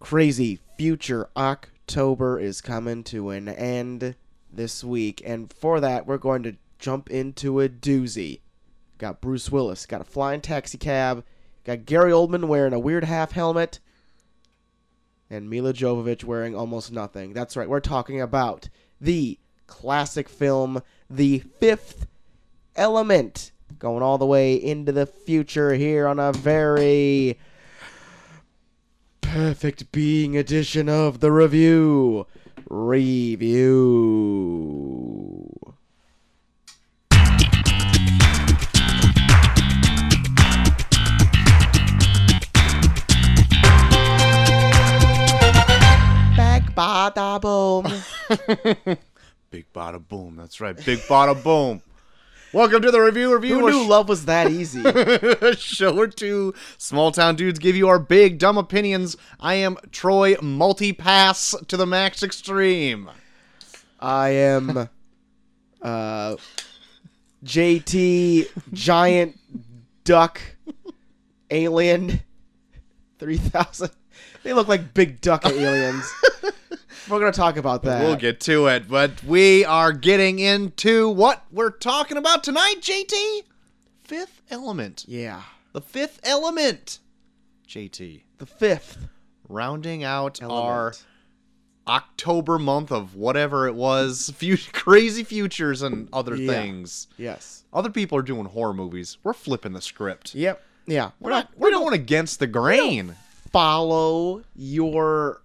crazy future October is coming to an end this week, and for that, we're going to jump into a doozy. Got Bruce Willis, got a flying taxi cab, got Gary Oldman wearing a weird half helmet, and Mila Jovovich wearing almost nothing. That's right, we're talking about the classic film, The Fifth Element, going all the way into the future here on a very perfect being edition of the review. Review. Back bada boom. Big bada boom. That's right. Big bada boom. Welcome to the review review. Who a knew love was that easy? a show or two. Small town dudes give you our big dumb opinions. I am Troy Multipass to the max extreme. I am uh JT Giant Duck Alien 3000. They look like big duck aliens. We're going to talk about that. We'll get to it, but we are getting into what we're talking about tonight, JT. Fifth element. yeah. The fifth element. JT. The fifth Rounding out our element. October month of whatever it was, fut crazy futures and other Yeah. things. yes. Other people are doing horror movies. We're flipping the script. Yep. Yeah. We're not. We're going against the grain. Follow your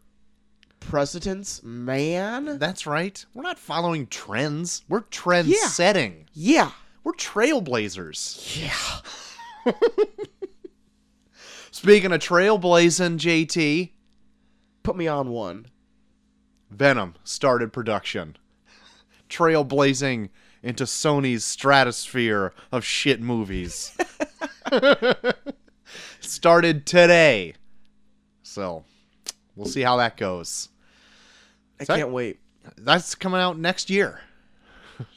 precedence, man. That's right. We're not following trends. We're trend setting. Yeah. We're trailblazers. Yeah. Speaking of trailblazing, JT Put me on one. Venom started production, trailblazing into Sony's stratosphere of shit movies. started today, so we'll see how that goes. I So I- can't wait. That's coming out next year.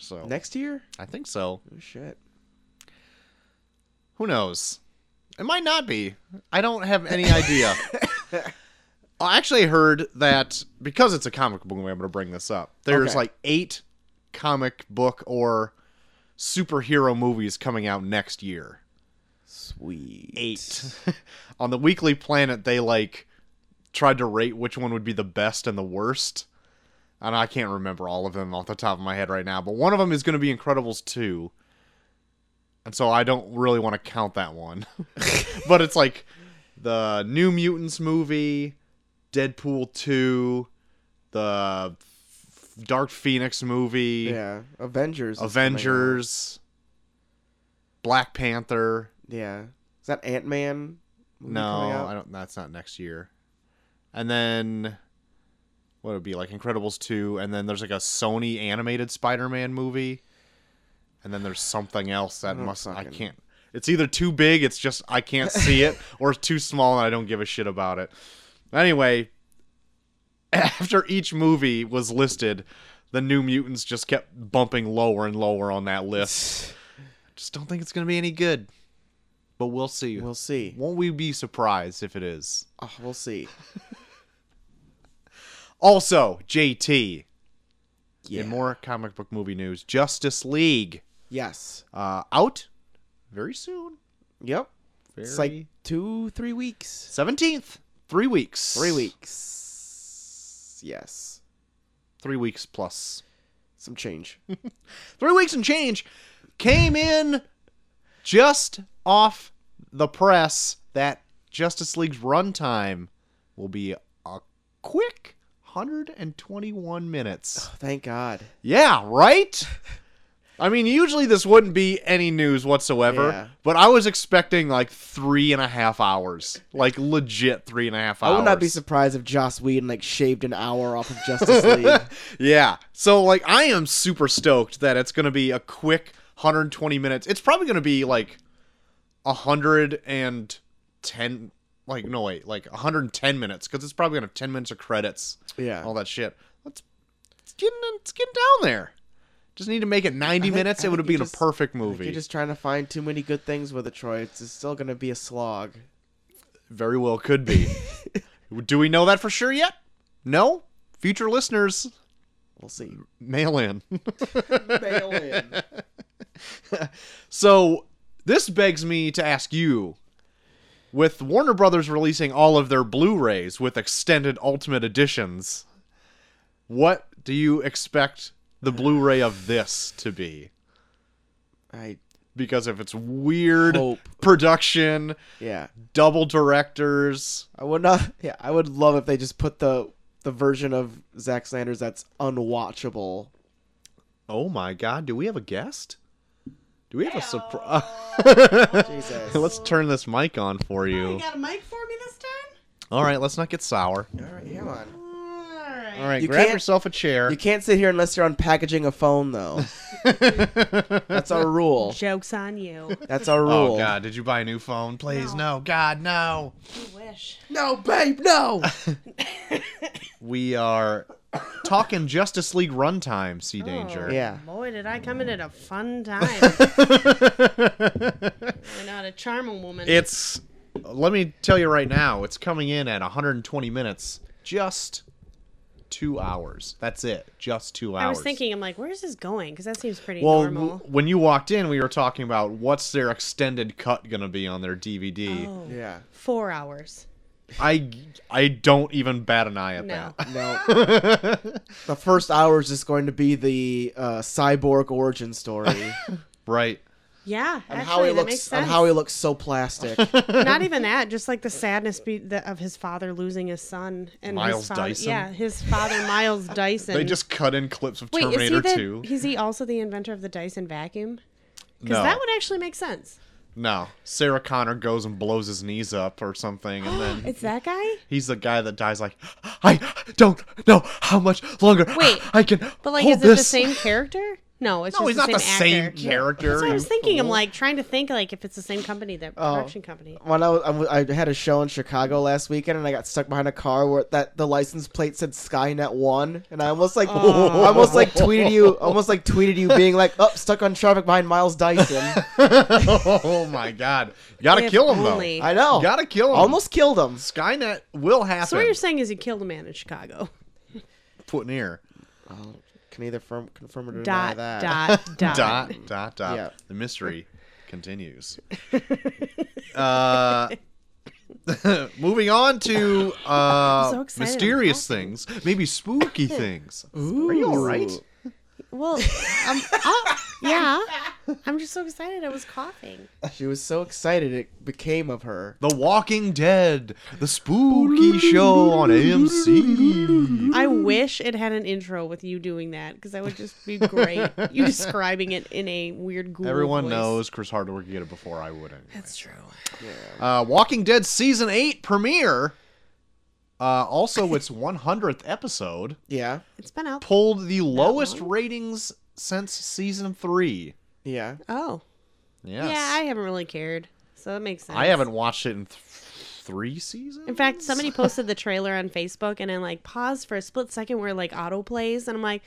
So Next year? I think so. Oh shit. Who knows? It might not be. I don't have any idea. I actually heard that because it's a comic book movie, I'm going to bring this up. There's Okay. like eight comic book or superhero movies coming out next year. Sweet. On the Weekly Planet, they like tried to rate which one would be the best and the worst. And I can't remember all of them off the top of my head right now, but one of them is going to be Incredibles 2. And so I don't really want to count that one. but it's like the New Mutants movie, Deadpool 2, the Dark Phoenix movie, Yeah, Avengers. is coming out. Avengers, Black Panther. Yeah, is that Ant Man? No, I don't. That's not next year. And then what would it be like Incredibles two, and then there's like a Sony animated Spider Man movie, and then there's something else that don't must I fucking- can't. It's either too big, it's just I can't see it, or it's too small and I don't give a shit about it. Anyway, after each movie was listed, the New Mutants just kept bumping lower and lower on that list. just don't think it's gonna be any good, but we'll see. We'll see. Won't we be surprised if it is? Oh, we'll see. Also, JT, Yeah. in more comic book movie news, Justice League Yes. uh, out very soon. Yep. Very It's like two, three weeks. 17th. Three weeks. Three weeks. Yes. Three weeks plus. Some change. Three weeks and change. Came in just off the press that Justice League's runtime will be a quick 121 minutes. Thank God. Yeah, right? I mean, usually this wouldn't be any news whatsoever, Yeah. but I was expecting like three and a half hours. Like legit three and a half hours. I would not be surprised if Joss Whedon like shaved an hour off of Justice League. yeah. So, like, I am super stoked that it's going to be a quick 120 minutes. It's probably going to be like 110, like, no, wait, like 110 minutes because it's probably going to have 10 minutes of credits. Yeah. all that shit. Let's it's getting it's getting down there. Just need to make it ninety I think- minutes. I It would have think you been just- a perfect movie. You're just trying to find too many good things with it, Troy. It's it's still gonna be a slog. Very well could be. Do we know that for sure yet? No? Future listeners, We'll see. mail in. Mail in. so this begs me to ask you with Warner Brothers releasing all of their Blu-rays with extended ultimate editions, what do you expect the Blu-ray of this to be? I Because if it's weird hope. production, Yeah. double directors, I would not. Yeah, I would love if they just put the the version of Zack Sanders that's unwatchable. oh my god, do we have a guest? Do we have a surprise? Jesus. let's turn this mic on for You you. got a mic for me this time? All right, let's not get sour. All right, come on. Alright. All right, You grab can't- yourself a chair. You can't sit here unless you're unpackaging a phone, though. That's our rule. Joke's on you. That's our rule. Oh God! Did you buy a new phone? Please, no, No. God, no. you wish. No, babe, no. We are talking Justice League runtime, Sea Danger. Oh, Yeah. Boy, did I come in at a fun time. We're not a charming woman. it's. Let me tell you right now, it's coming in at 120 minutes. Just two hours. That's it. Just two hours. I was thinking, I'm like, where's this going? Because that seems pretty Well, normal. w- when you walked in, we were talking about what's their extended cut gonna be on their DVD. oh, Yeah. four hours. I I don't even bat an eye at No. that. No. the first hour is just going to be the uh, cyborg origin story Right. Yeah, and actually, how he that makes looks sense. and how he looks so plastic. Not even that, just like the sadness be- the, of his father losing his son and Miles his father, Dyson? Yeah, his father Miles Dyson. They just cut in clips of Wait, Terminator is he the, 2. Is he also the inventor of the Dyson vacuum? Because No. that would actually make sense. No. Sarah Connor goes and blows his knees up or something, and then It's that guy. he's the guy that dies like, I don't know how much longer Wait, I can But like, hold is it this. the same character? No, it's No, just he's not the same actor. character. Oh. That's what I was you thinking. I'm fool. like trying to think like if it's the same company, that Oh. production company. when I, was, I w- I had a show in Chicago last weekend, and I got stuck behind a car where that the license plate said Skynet One, and I almost like I almost like tweeted you, Oh. almost like tweeted you being like, "Up, stuck on traffic behind Miles Dyson." oh my god. You gotta If kill him, only. I know, though. You gotta kill him. almost killed him. Skynet will happen. So what you're saying is you killed a man in Chicago. Put near. Can either firm, confirm or deny Dot that. dot dot. Dot, dot, dot. Yeah. The mystery continues. uh. moving on to uh, so excited, I'm mysterious things, maybe spooky things. Are you all right? Ooh. Well, um, oh, yeah. I'm just so excited. I was coughing. She was so excited it became of her. The Walking Dead, the spooky show on AMC. I wish it had an intro with you doing that because that would just be great. you describing it in a weird ghoul Everyone voice. knows Chris Hardwick could get it before I would. Anyway. That's true. Uh, Walking Dead season eight premiere. Uh, also, its 100th episode Yeah, It's been out. pulled the lowest long? ratings since season three. yeah. Oh, Yes. yeah. I haven't really cared, so that makes sense. I haven't watched it in th- three seasons. In fact, somebody posted the trailer on Facebook, and I like paused for a split second where like auto plays, and I'm like,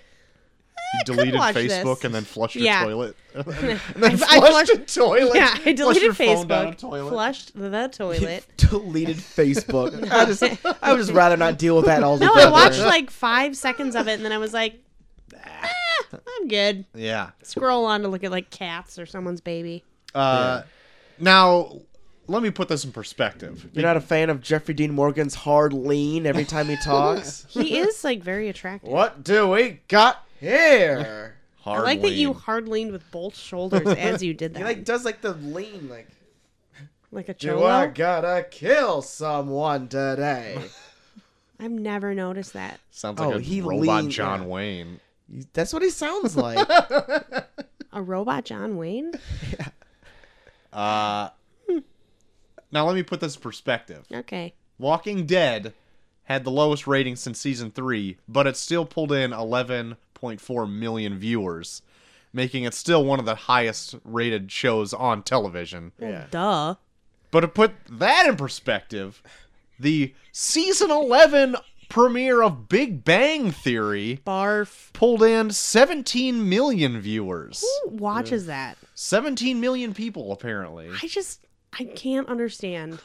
you could deleted watch Facebook this. and then flushed your Yeah. toilet. and then I flushed, flushed- the toilet. yeah, I Flushed deleted your phone down a Facebook, toilet. flushed the toilet. Deleted Facebook. I just, I would just rather not deal with that No, altogether. I watched like five seconds of it, and then I was like, ah, I'm good. yeah. Scroll on to look at like cats or someone's baby. Uh, Now, let me put this in perspective. You're not a fan of Jeffrey Dean Morgan's hard lean every time he talks. He is like very attractive. What do we got here? I Hard like that you lean. hard leaned with both shoulders as you did that, He like like, does like the lean like. a Do I cholo. gotta kill someone today? I've never noticed that. Sounds like Oh, a he robot leaned- John yeah. Wayne. That's what he sounds like. A robot John Wayne. Uh, now, let me put this in perspective. Okay. Walking Dead had the lowest rating since season three, but it still pulled in 11.4 million viewers, making it still one of the highest rated shows on television. Yeah. Duh. But to put that in perspective, the season 11 premiere of Big Bang Theory Barf. pulled in 17 million viewers. Who watches that? 17 million people, apparently. I just I can't understand.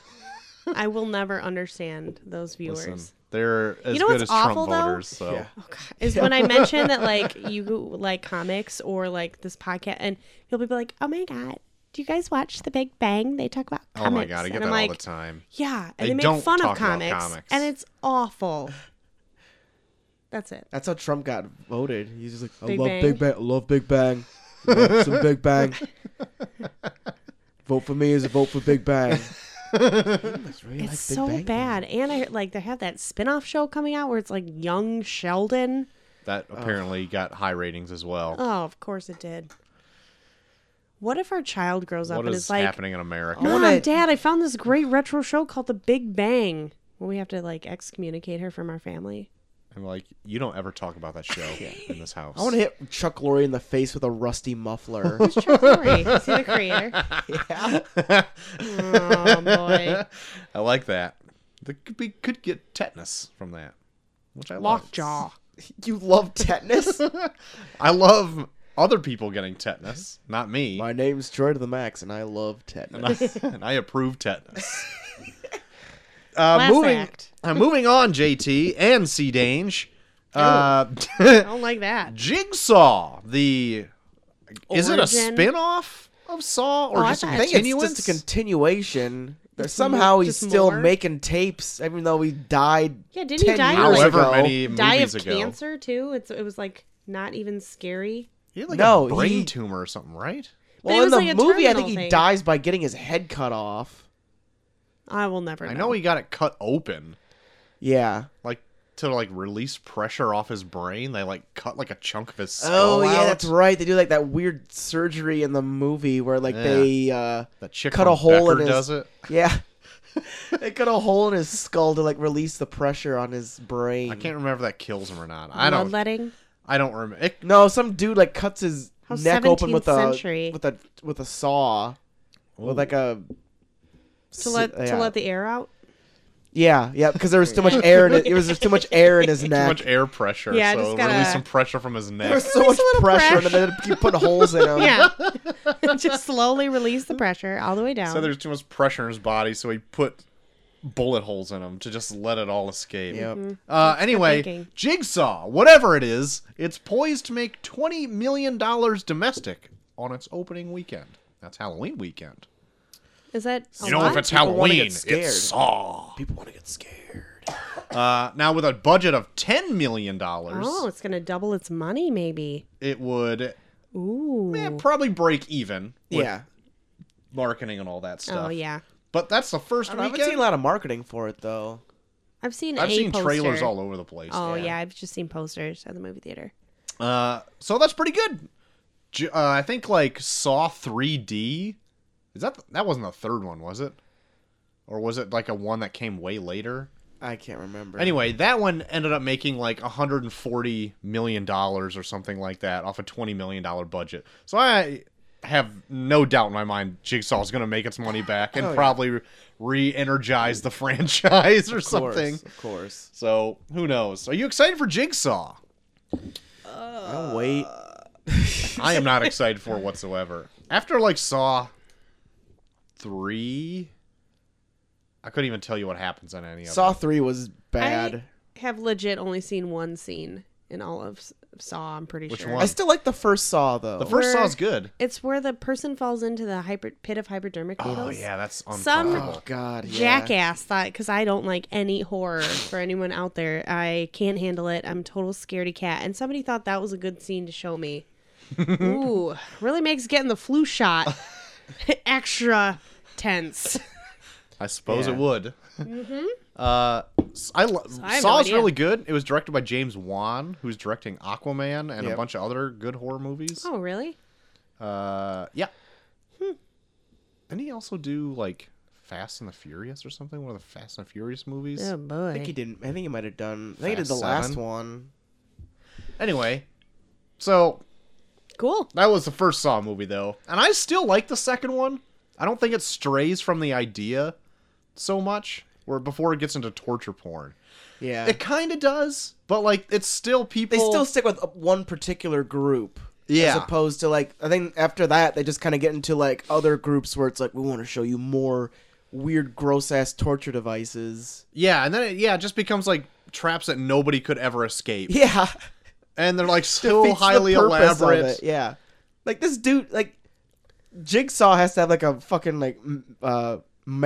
I will never understand those viewers. Listen, they're as You know good what's as Trump awful, though? voters. So Yeah. Oh, God. Is when I mention that like you like comics or like this podcast, and people be like, "Oh my god, do you guys watch The Big Bang? They talk about oh comics." my god, I get and that I'm like, all the time. Yeah, and They they, make don't fun talk of about comics, comics. and it's awful. That's it. That's how Trump got voted. He's just like, I Big love Bang. Big Bang. Love Big Bang. Love some Big Bang. Vote for me is a vote for Big Bang. You must really It's like Big so Bang bad, and I heard, like they have that spin-off show coming out where it's like young Sheldon. That apparently got high ratings as well. Oh, of course it did. What if our child grows up what and is is like, oh. happening in America? I Mom, wanna- Dad, I found this great retro show called The Big Bang. Well, we have to like excommunicate her from our family. I'm like, you don't ever talk about that show in this house. I want to hit Chuck Lorre in the face with a rusty muffler. Who's Chuck Lorre? Is he the creator? yeah. Oh boy, I like that. There could be could get tetanus from that, which I love. Lockjaw. You love tetanus? I love other people getting tetanus, not me. My name's Troy to the Max, and I love tetanus. and, I, and I approve tetanus. Uh, Last moving, act. uh, moving on, JT and C. Dange. Oh. Uh, I don't like that. Jigsaw, the is it a Origin. spin-off of Saw or Oh, I just thought- I think it's continuance? just a continuation. There's more- somehow he's just still more? making tapes, even though he died. Yeah, didn't he 10 die years like However ago. many die movies of ago, cancer too? It's it was like not even scary. he had like No, a brain he- tumor or something, right? But Well, it in was the like a movie, I terminal think he thing. dies by getting his head cut off. I will never. Know. I know he got it cut open, Yeah. like to like release pressure off his brain. They like cut like a chunk of his skull. Oh yeah, out. that's right. They do like that weird surgery in the movie where like Yeah. they uh That chick Cut from a hole in Becker his- does it. yeah. they cut a hole in his skull to like release the pressure on his brain. I can't remember if that kills him or not. I don't. Bloodletting. I don't remember. It, No, some dude like cuts his How neck open 17th with a century. with a with a saw. With like a to let yeah. to let the air out. Yeah, yeah, because there was too much air in it. It was there's too much air in his too neck. much air pressure, Yeah, so just it'll gotta- release some pressure from his There neck. was so Release much a little pressure, and pressure. then they keep putting holes in him. Yeah, just slowly release the pressure all the way down. so there's too much pressure in his body, so he put bullet holes in him to just let it all escape. Yep. Uh, anyway, Mm-hmm. thinking. Jigsaw, whatever it is, it's poised to make twenty million dollars domestic on its opening weekend. That's Halloween weekend. Is that a you know, if lot? it's People wanna get Halloween, scared. it's Saw. People want to get scared. Uh, now, with a budget of ten million dollars, Oh, it's gonna double its money, maybe. it would Ooh. eh, probably break even. With yeah, marketing and all that stuff. oh yeah. But that's the first I, don't know, I weekend. haven't seen a lot of marketing for it though. I've seen. I've a seen poster. trailers all over the place. Oh yeah. yeah. I've just seen posters at the movie theater. Uh, so that's pretty good. J- Uh, I think like Saw 3D. Is that that wasn't the third one, was it? Or was it like a one that came way later? I can't remember. Anyway, that one ended up making like 140 million dollars or something like that off a 20 million dollar budget. So I have no doubt in my mind Jigsaw is going to make its money back and Oh, yeah. probably re-energize the franchise or of course, something. Of course. So who knows? Are you excited for Jigsaw? I'll wait. I am not excited for whatsoever. After like Saw three, I couldn't even tell you what happens on any of Saw them. three was bad. I have legit only seen one scene in all of S- Saw. I'm pretty Which I, sure. one? still like the first Saw though. The first Where- Saw's good. It's where the person falls into the hyper pit of hypodermic needles. Oh yeah, that's Some- unfuckable. oh God, yeah. Jackass thought because I don't like any horror for anyone out there. I can't handle it. I'm total scaredy cat. And somebody thought that was a good scene to show me. Ooh, really makes getting the flu shot extra tense. I suppose Yeah. it would. Mm-hmm. Uh, s- I lo- I have no Saw's idea. really good. It was directed by James Wan, who's directing Aquaman and a Yep. bunch of other good horror movies. Oh, Hmm. really? Uh, yeah. Didn't he also do like Fast and the Furious or something? One of the Fast and the Furious movies. Oh boy. I think he didn't. I think he might have done. I think he did Fast the last Seven. one. Anyway, so Cool. that was the first Saw movie, though, and I still like the second one. I don't think it strays from the idea so much. Where before it gets into torture porn, Yeah, it kind of does, but like it's still people. they still stick with uh, one particular group. As Yeah. opposed to like, I think after that they just kind of get into like other groups where it's like we want to show you more weird, gross ass torture devices. Yeah, and then it, yeah, it just becomes like traps that nobody could ever escape. Yeah, And they're like defeats so the highly purpose of elaborate. it, Yeah, like this dude, like Jigsaw has to have like a fucking like m- uh,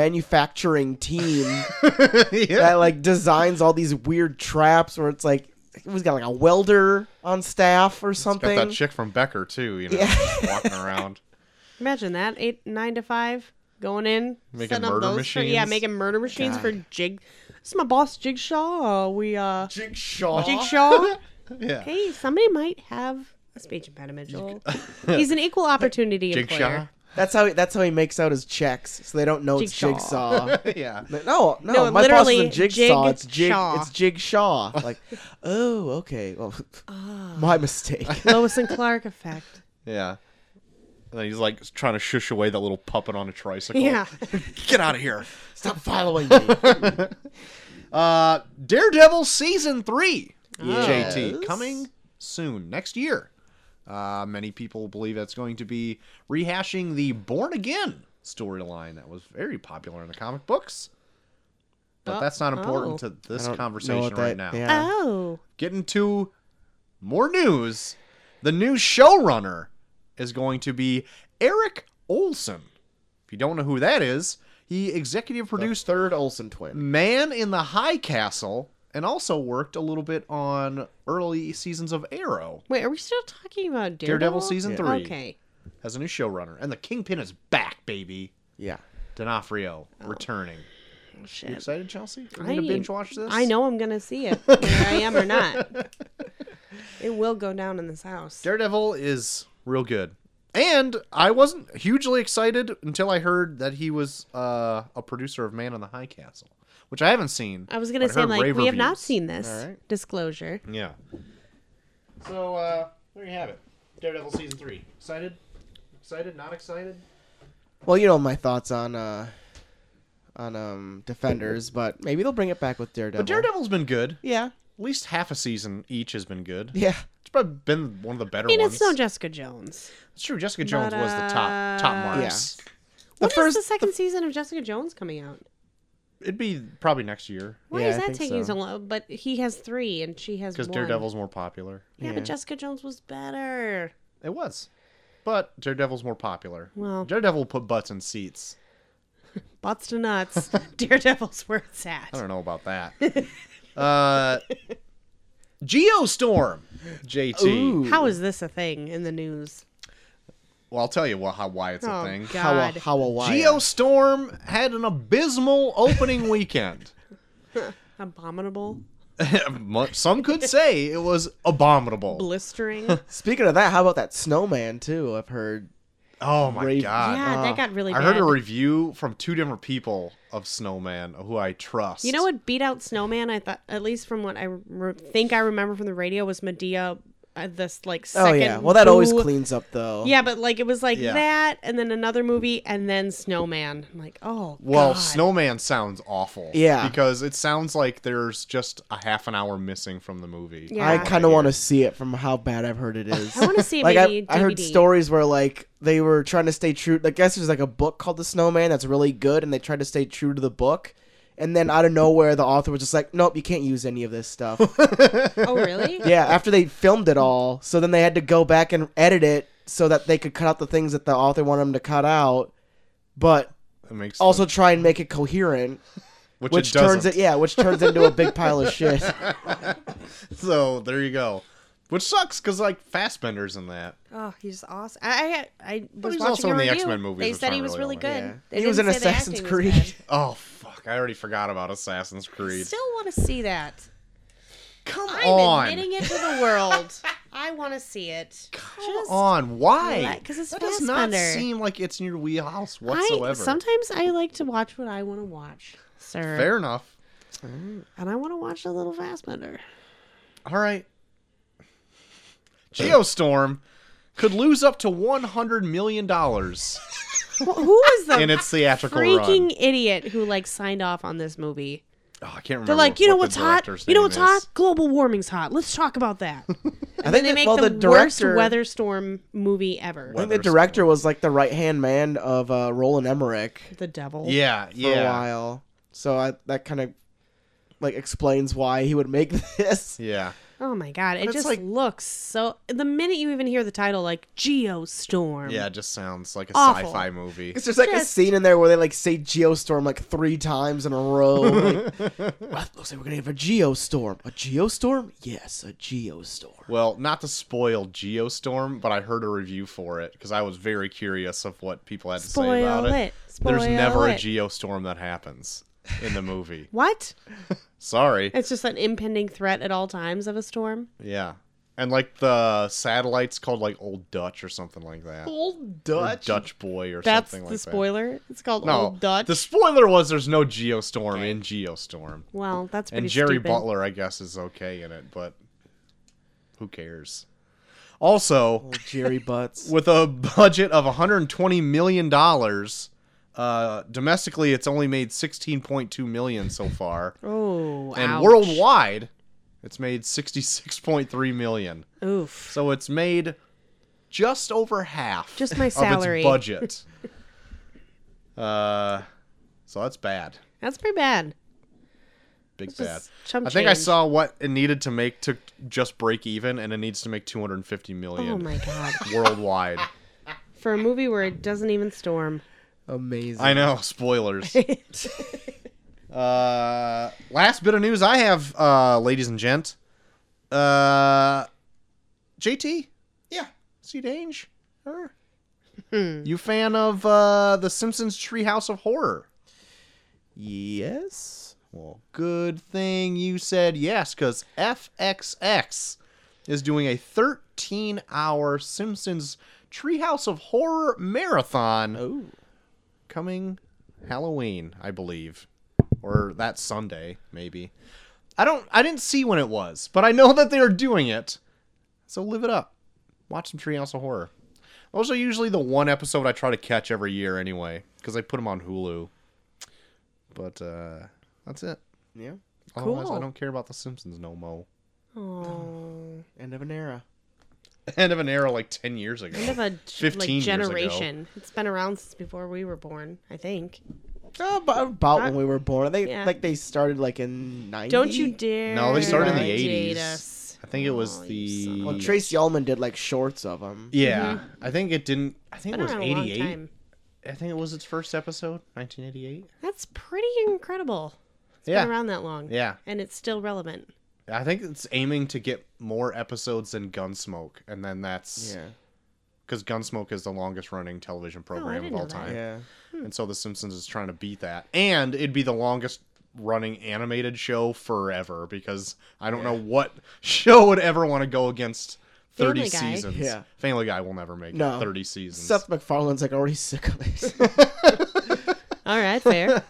manufacturing team that yeah. like designs all these weird traps where it's like he's got like a welder on staff or Got something. that chick from Becker too, you know, Yeah. just walking around. Imagine that eight nine to five going in Making setting up murder those for- yeah, machines. making murder machines for jig. This is my boss Jigsaw. Uh, we uh Jigsaw. Jigsaw. Yeah. hey, somebody might have a speech impediment. Joel. He's an equal opportunity Jigsaw. employer. That's how he, that's how he makes out his checks, so they don't know it's Jigsaw. Jigsaw. yeah. But No, no, No, my boss is literally, a jigsaw. Jig it's jig. Shaw. It's Jigsaw. Like, oh, okay. Well, Ah. my mistake. Lois and Clark effect. Yeah. And then he's like trying to shush away that little puppet on a tricycle. Yeah. Get out of here. Stop following me. Uh, Daredevil season three. Yes. JT coming soon next year. Uh, many people believe that's going to be rehashing the Born Again storyline that was very popular in the comic books. But Oh, that's not important oh. to I this don't know conversation what right that- now. yeah. Oh. Getting to more news. The new showrunner is going to be Eric Olson. If you don't know who that is, he executive New produced third Olsen twin. Man in the High Castle and also worked a little bit on early seasons of Arrow. Wait, are we still talking about Daredevil, Daredevil season Yeah. three Okay. has a new showrunner, and the Kingpin is back, baby. Yeah. D'Onofrio returning. Oh, You shit. excited, Chelsea? Are you gonna binge watch this? I know I'm gonna see it, whether I am or not. It will go down in this house. Daredevil is real good. And I wasn't hugely excited until I heard that he was uh, a producer of Man in the High Castle, which I haven't seen. I was gonna but I say heard like we rave have not reviews. seen this All right. disclosure. Yeah. So uh, there you have it. Daredevil season three. Excited? Excited? Not excited? Well, you know my thoughts on uh on um Defenders, but maybe they'll bring it back with Daredevil. But Daredevil's been good. Yeah. At least half a season each has been good. Yeah. It's probably been one of the better I mean, ones. it's no Jessica Jones. It's true. Jessica Jones But, was the top top uh, marks. The When is first the second season of Jessica Jones coming out? It'd be probably next year Why Yeah, is I that think taking so. so. long? But he has three and she has because one. Daredevil's more popular. Yeah, Yeah. but Jessica Jones was better. It was, but Daredevil's more popular. Well. Daredevil put butts in seats. Butts to nuts. Daredevil's where it's at. I don't know about that. uh, Geostorm, JT. Ooh. How is this a thing in the news? Well, I'll tell you wha- how why it's Oh, a thing. God. how how Hawaii. Geostorm had an abysmal opening weekend. Abominable, Mu- Some could say it was abominable. blistering. Speaking of that, how about that snowman too? I've heard. Oh my Rave- god. yeah, uh, that got really I bad. heard a review from two different people of Snowman who I trust. You know what beat out Snowman? I thought, at least from what I re- think I remember from the radio, was Medea. Uh, this like Oh second. yeah. Well, that always boo- cleans up though. Yeah, but like it was like Yeah. that, and then another movie, and then Snowman. I'm like, oh, Well, God. Snowman sounds awful. Yeah. Because it sounds like there's just a half an hour missing from the movie. Yeah. I kind of want to see it from how bad I've heard it is. I want to see it. like I, maybe I heard DVD. stories where like they were trying to stay true. I guess there's like a book called The Snowman that's really good, and they tried to stay true to the book. And then out of nowhere, the author was just like, "Nope, you can't use any of this stuff." Oh, really? yeah, after they filmed it all, so then they had to go back and edit it so that they could cut out the things that the author wanted them to cut out, but It makes also try and make it coherent, which, which it doesn't. turns it yeah, which turns into a big pile of shit. So there you go. Which sucks because like Fassbender's in that. Oh, he's awesome. I I, I was he's watching also a in the review. X-Men movies, They which said he aren't was really really all good. that. Yeah. They He was didn't in say the Assassin's acting was Creed. bad. Oh fuck! I already forgot about Assassin's Creed. Still want to see that. Come I'm on. admitting it to the world. I want to see it. Come on, why? relax, 'cause it's that does not Fassbender. seem like it's in your wheelhouse I, whatsoever. sometimes I like to watch what I want to watch, sir. Fair enough. And I want to watch a little Fastbender. All right. Geostorm could lose up to one hundred million dollars Wh- Who was the in its theatrical freaking run. idiot who like signed off on this movie? Oh, I can't remember. They're like, you know what what's the hot? director's You know name what's is. hot? Global warming's hot. Let's talk about that. I Then think they that- make well, the the, director- worst weather storm movie ever. I think the Weatherstorm. director was like the right hand man of uh, Roland Emmerich The devil. Yeah, for a while, so I, that kind of like explains why he would make this. yeah. Oh my god, it It's just like- looks so. The minute you even hear the title, like Geostorm. Yeah, it just sounds like a Awful. sci-fi movie. Because there's like a Just- scene in there where they like say geostorm like three times in a row. Like, "Well, looks like we're gonna have a geostorm. A geostorm? Yes, a geostorm. Well, not to spoil Geostorm, but I heard a review for it because I was very curious of what people had to say Spoil about it. it. There's Spoil never a it. geostorm that happens in the movie. What? Sorry. It's just an impending threat at all times of a storm. Yeah. And like the satellite's called like Old Dutch or something like that. Or Old Dutch. Dutch Boy or That's something the like that. spoiler. It's called No, Old Dutch. the spoiler was there's no Geostorm in Geostorm. Well, that's pretty And Jerry stupid. Butler, I guess, is okay in it, but who cares? Also, Old Jerry Butts. with a budget of 120 million dollars uh domestically it's only made 16.2 million so far Oh, and ouch. worldwide it's made 66.3 million Oof. so it's made just over half Just of my its salary. budget uh so that's bad That's pretty bad. big It's bad just chump i think i change. saw what it needed to make to just break even and it needs to make 250 million Oh my god. worldwide For a movie where it doesn't even storm. Amazing. I know, spoilers. uh, last bit of news I have, uh, ladies and gent. Uh, JT? Yeah. See Dange? Her? you fan of uh, the Simpsons Treehouse of Horror? Yes. Well, good thing you said yes, because FXX is doing a 13 hour Simpsons Treehouse of Horror marathon Oh. coming Halloween, I believe, or that Sunday maybe. I don't I didn't see when it was, but I know that they are doing it. So live it up. Watch some Treehouse of Horror. Those are usually the one episode I try to catch every year anyway, because I put them on Hulu. But uh, that's it. Yeah. Otherwise, I Cool. don't care about The Simpsons no mo. Oh. End of an era. End of an era like ten years ago. Kind of a g- 15 like years ago. generation. It's been around since before we were born, I think. Uh, about, about when we were born. They Yeah. like they started like in ninety. Don't you dare. No, they started in the date 80s. us. I think it was Oh, you son the Well, Trace Ullman did like shorts of them. yeah. I think it didn't. I think Mm-hmm. Been it was around a long eighty eight. time. I think it was its first episode, 1988. That's pretty incredible. It's Yeah. been around that long. Yeah. And it's still relevant. I think it's aiming to get more episodes than Gunsmoke, and then that's Yeah. because Gunsmoke is the longest running television program of didn't all know that. time, Yeah. and so The Simpsons is trying to beat that, and it'd be the longest running animated show forever because I don't know what show would ever want to go against thirty Family Guy. seasons. Yeah. Family Guy will never make No. it thirty seasons. Seth MacFarlane's like already sick of it. All right, fair.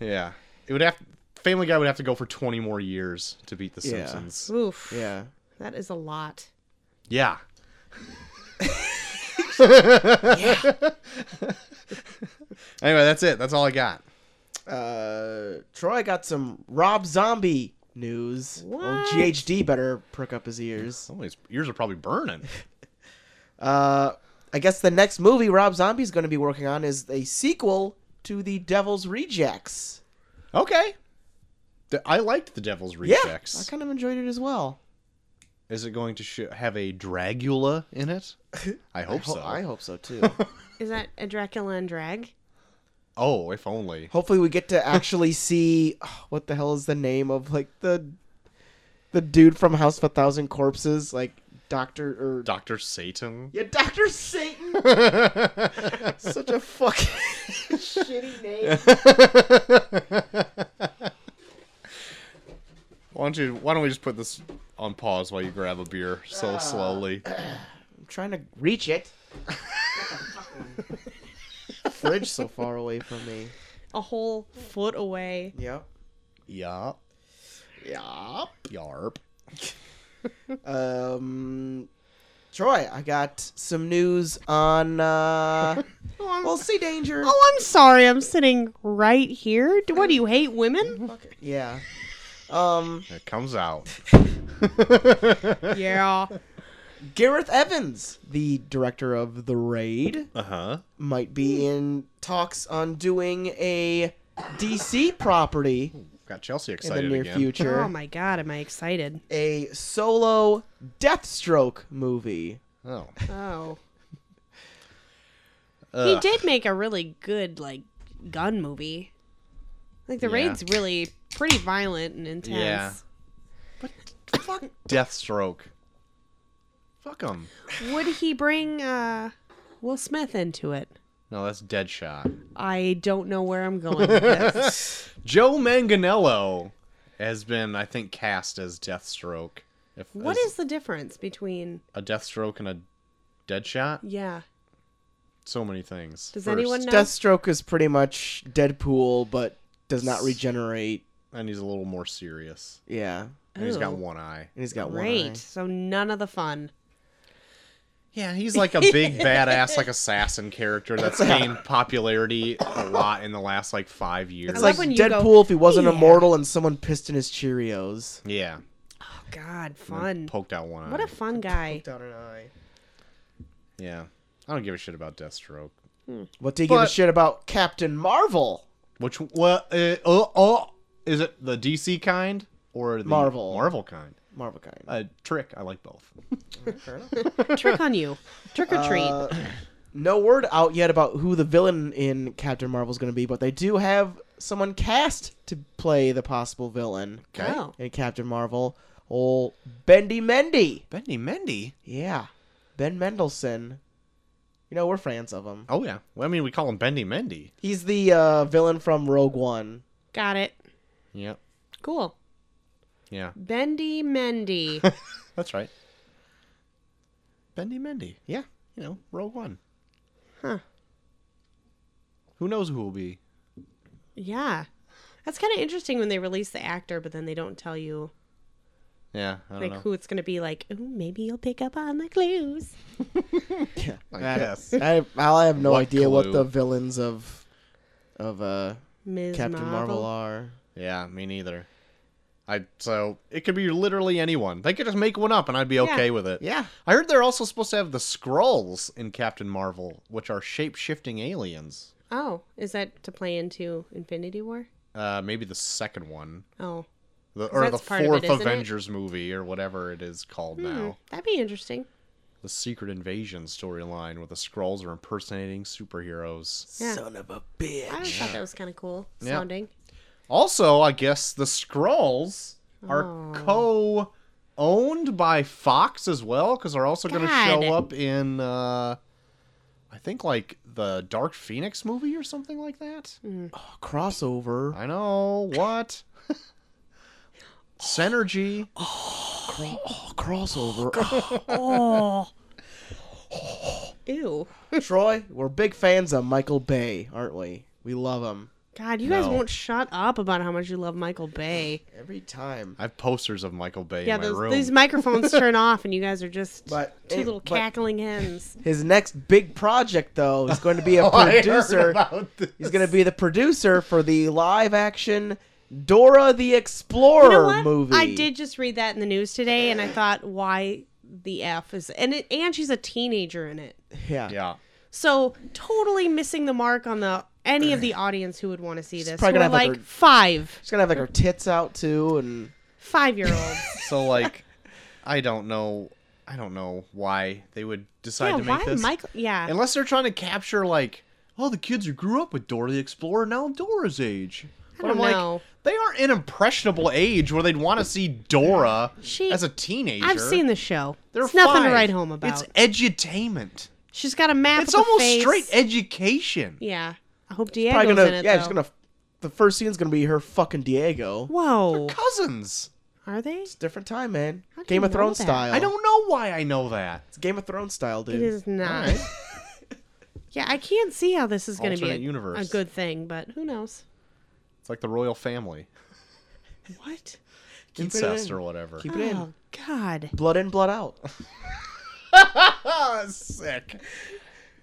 yeah, it would have. Family Guy would have to go for twenty more years to beat The Yeah. Simpsons. Oof. yeah. That is a lot. Yeah. anyway, that's it. That's all I got. Uh, Troy got some Rob Zombie news. Well, What? GHD better prick up his ears. Somebody's ears are probably burning. Uh, I guess the next movie Rob Zombie's going to be working on is a sequel to The Devil's Rejects. Okay. The- I liked the Devil's Yeah, I Rejects. kind of enjoyed it as well. Is it going to sh- have a Dragula in it? I hope ho- so. I hope so too. Is that a Dracula and drag? Oh, if only. Hopefully, we get to actually see oh, what the hell is the name of like the the dude from House of a Thousand Corpses, like Doctor or Dr. Satan. yeah, Doctor Satan. Such a fucking shitty name. Why don't you why don't we just put this on pause while you grab a beer so slowly? I'm trying to reach it. Fridge so far away from me. A whole foot away. Yep. Yeah. Yep. Yarp. Um, Troy, I got some news on. Uh, Oh, I'm, well, Sea Danger. oh, I'm sorry. I'm sitting right here. Do, what do you hate women? Fuck it. Yeah. Um, It comes out. Yeah. Gareth Evans, the director of The Raid, Uh huh. might be in talks on doing a DC property Got Chelsea in the excited near again. future. Oh my god, am I excited? a solo Deathstroke movie. Oh. Oh. Uh, He Ugh. did make a really good like gun movie. Like the Yeah. raid's really pretty violent and intense. Yeah. Fuck Deathstroke. Fuck him. Would he bring uh, Will Smith into it? No, that's Deadshot. I don't know where I'm going. with this. Joe Manganello has been, I think, cast as Deathstroke. If what as is the difference between a Deathstroke and a Deadshot? yeah? So many things. Does First, anyone know? Deathstroke is pretty much Deadpool, but does not S- regenerate. And he's a little more serious. Yeah, and And he's got Ooh. one eye. he's got one. Great. eye. So none of the fun. Yeah, he's like a big badass, like assassin character that's gained popularity a lot in the last like five years. It's love like when you go, Deadpool if he wasn't "Yeah." immortal and someone pissed in his Cheerios. yeah, Oh God, and fun. Poked out one eye. What a fun guy. Down an eye. yeah, I don't give a shit about Deathstroke. What do you give a But- shit about Captain Marvel? Which well, uh, oh, oh, is it the DC kind or the Marvel. Marvel kind? Marvel kind. Uh, trick. I like both. Fair enough. Trick on you. Trick or treat. Uh, no word out yet about who the villain in Captain Marvel is going to be, but they do have someone cast to play the possible villain okay. Oh. in Captain Marvel. Old Bendy Mendy. Bendy Mendy. Yeah. Ben Mendelsohn. You know, we're fans of him. Oh yeah. Well, I mean, we call him Bendy Mendy. He's the uh, villain from Rogue One. Got it. Yep. Cool. Yeah. Bendy Mendy. That's right. Bendy Mendy. Yeah. You know, Rogue One. Huh. Who knows who will be? yeah. That's kind of interesting when they release the actor, but then they don't tell you Yeah, I don't like know. who it's gonna be. Like, ooh, maybe you'll pick up on the clues. Yeah. I guess. I, I have no What idea what clue? the villains of of uh, Ms. Captain Marvel are. Yeah, me neither. I so it could be literally anyone. They could just make one up, and I'd be okay with it. Yeah. I heard they're also supposed to have the Skrulls in Captain Marvel, which are shape shifting aliens. Oh, is that to play into Infinity War? Uh, maybe the second one, Oh, the, or the that's part of it, fourth isn't it? Hmm. Avengers movie, or whatever it is called now. that'd be interesting. The Secret Invasion storyline, where the Skrulls are impersonating superheroes. Yeah. Son of a I bitch. always thought that was kind of cool Yeah. sounding. Also, I guess the Skrulls are Oh. co owned by Fox as well, because they're also going to God. show up in, uh, I think, like the Dark Phoenix movie or something like that. Hmm. Oh, crossover. I know. What? Synergy. Cro- oh, crossover. Oh. Ew. Troy, we're big fans of Michael Bay, aren't we? We love him. God, you guys No. won't shut up about how much you love Michael Bay. Every time. I have posters of Michael Bay Yeah, in my those, room. these microphones turn off, and you guys are just But- two eh, little but- cackling hens. His next big project, though, is going to be a Oh, producer. He's going to be the producer for the live action Dora the Explorer You know what? movie. I did just read that in the news today, and I thought, why the f is and it, and she's a teenager in it, Yeah. Yeah. so totally missing the mark on the any of the audience who would want to see this. probably Who gonna are have, like, like her- five, She's going to have like her tits out, too. And five year olds. So, like, I don't know. I don't know why they would decide yeah, to make why this. Michael? Yeah, Unless they're trying to capture like, oh, the kids who grew up with Dora the Explorer now Dora's age. But don't I'm know. like, they aren't an impressionable age where they'd want to see Dora She- as a teenager. I've seen the show. They're it's nothing five. to write home about. It's edutainment. she's got a map. It's with a almost face. straight education. Yeah, I hope probably Diego's gonna, in it. yeah, though. she's going to. The first scene's going to be her fucking Diego. Whoa, Cousins. are they? It's a different time, man. How do Game you of know Thrones that? style. I don't know why I know that. It's Game of Thrones style, dude. It is not. Alright. Yeah, I can't see how this is going to be a, Alternate universe. a good thing, but who knows? It's like the royal family, What? Keep it incest in. or whatever. Keep it in. Oh God! Blood in, blood out. Ah, sick.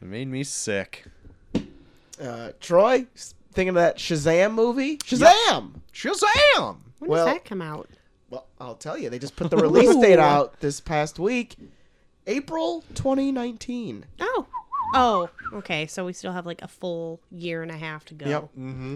It made me sick. Uh, Troy, s- thinking of that Shazam movie? Shazam! Shazam! When Well- does that come out? Well, I'll tell you, they just put the release date Ooh. out this past week, April 2019. Oh. Oh, okay. So we still have like a full year and a half to go. Mm-hmm.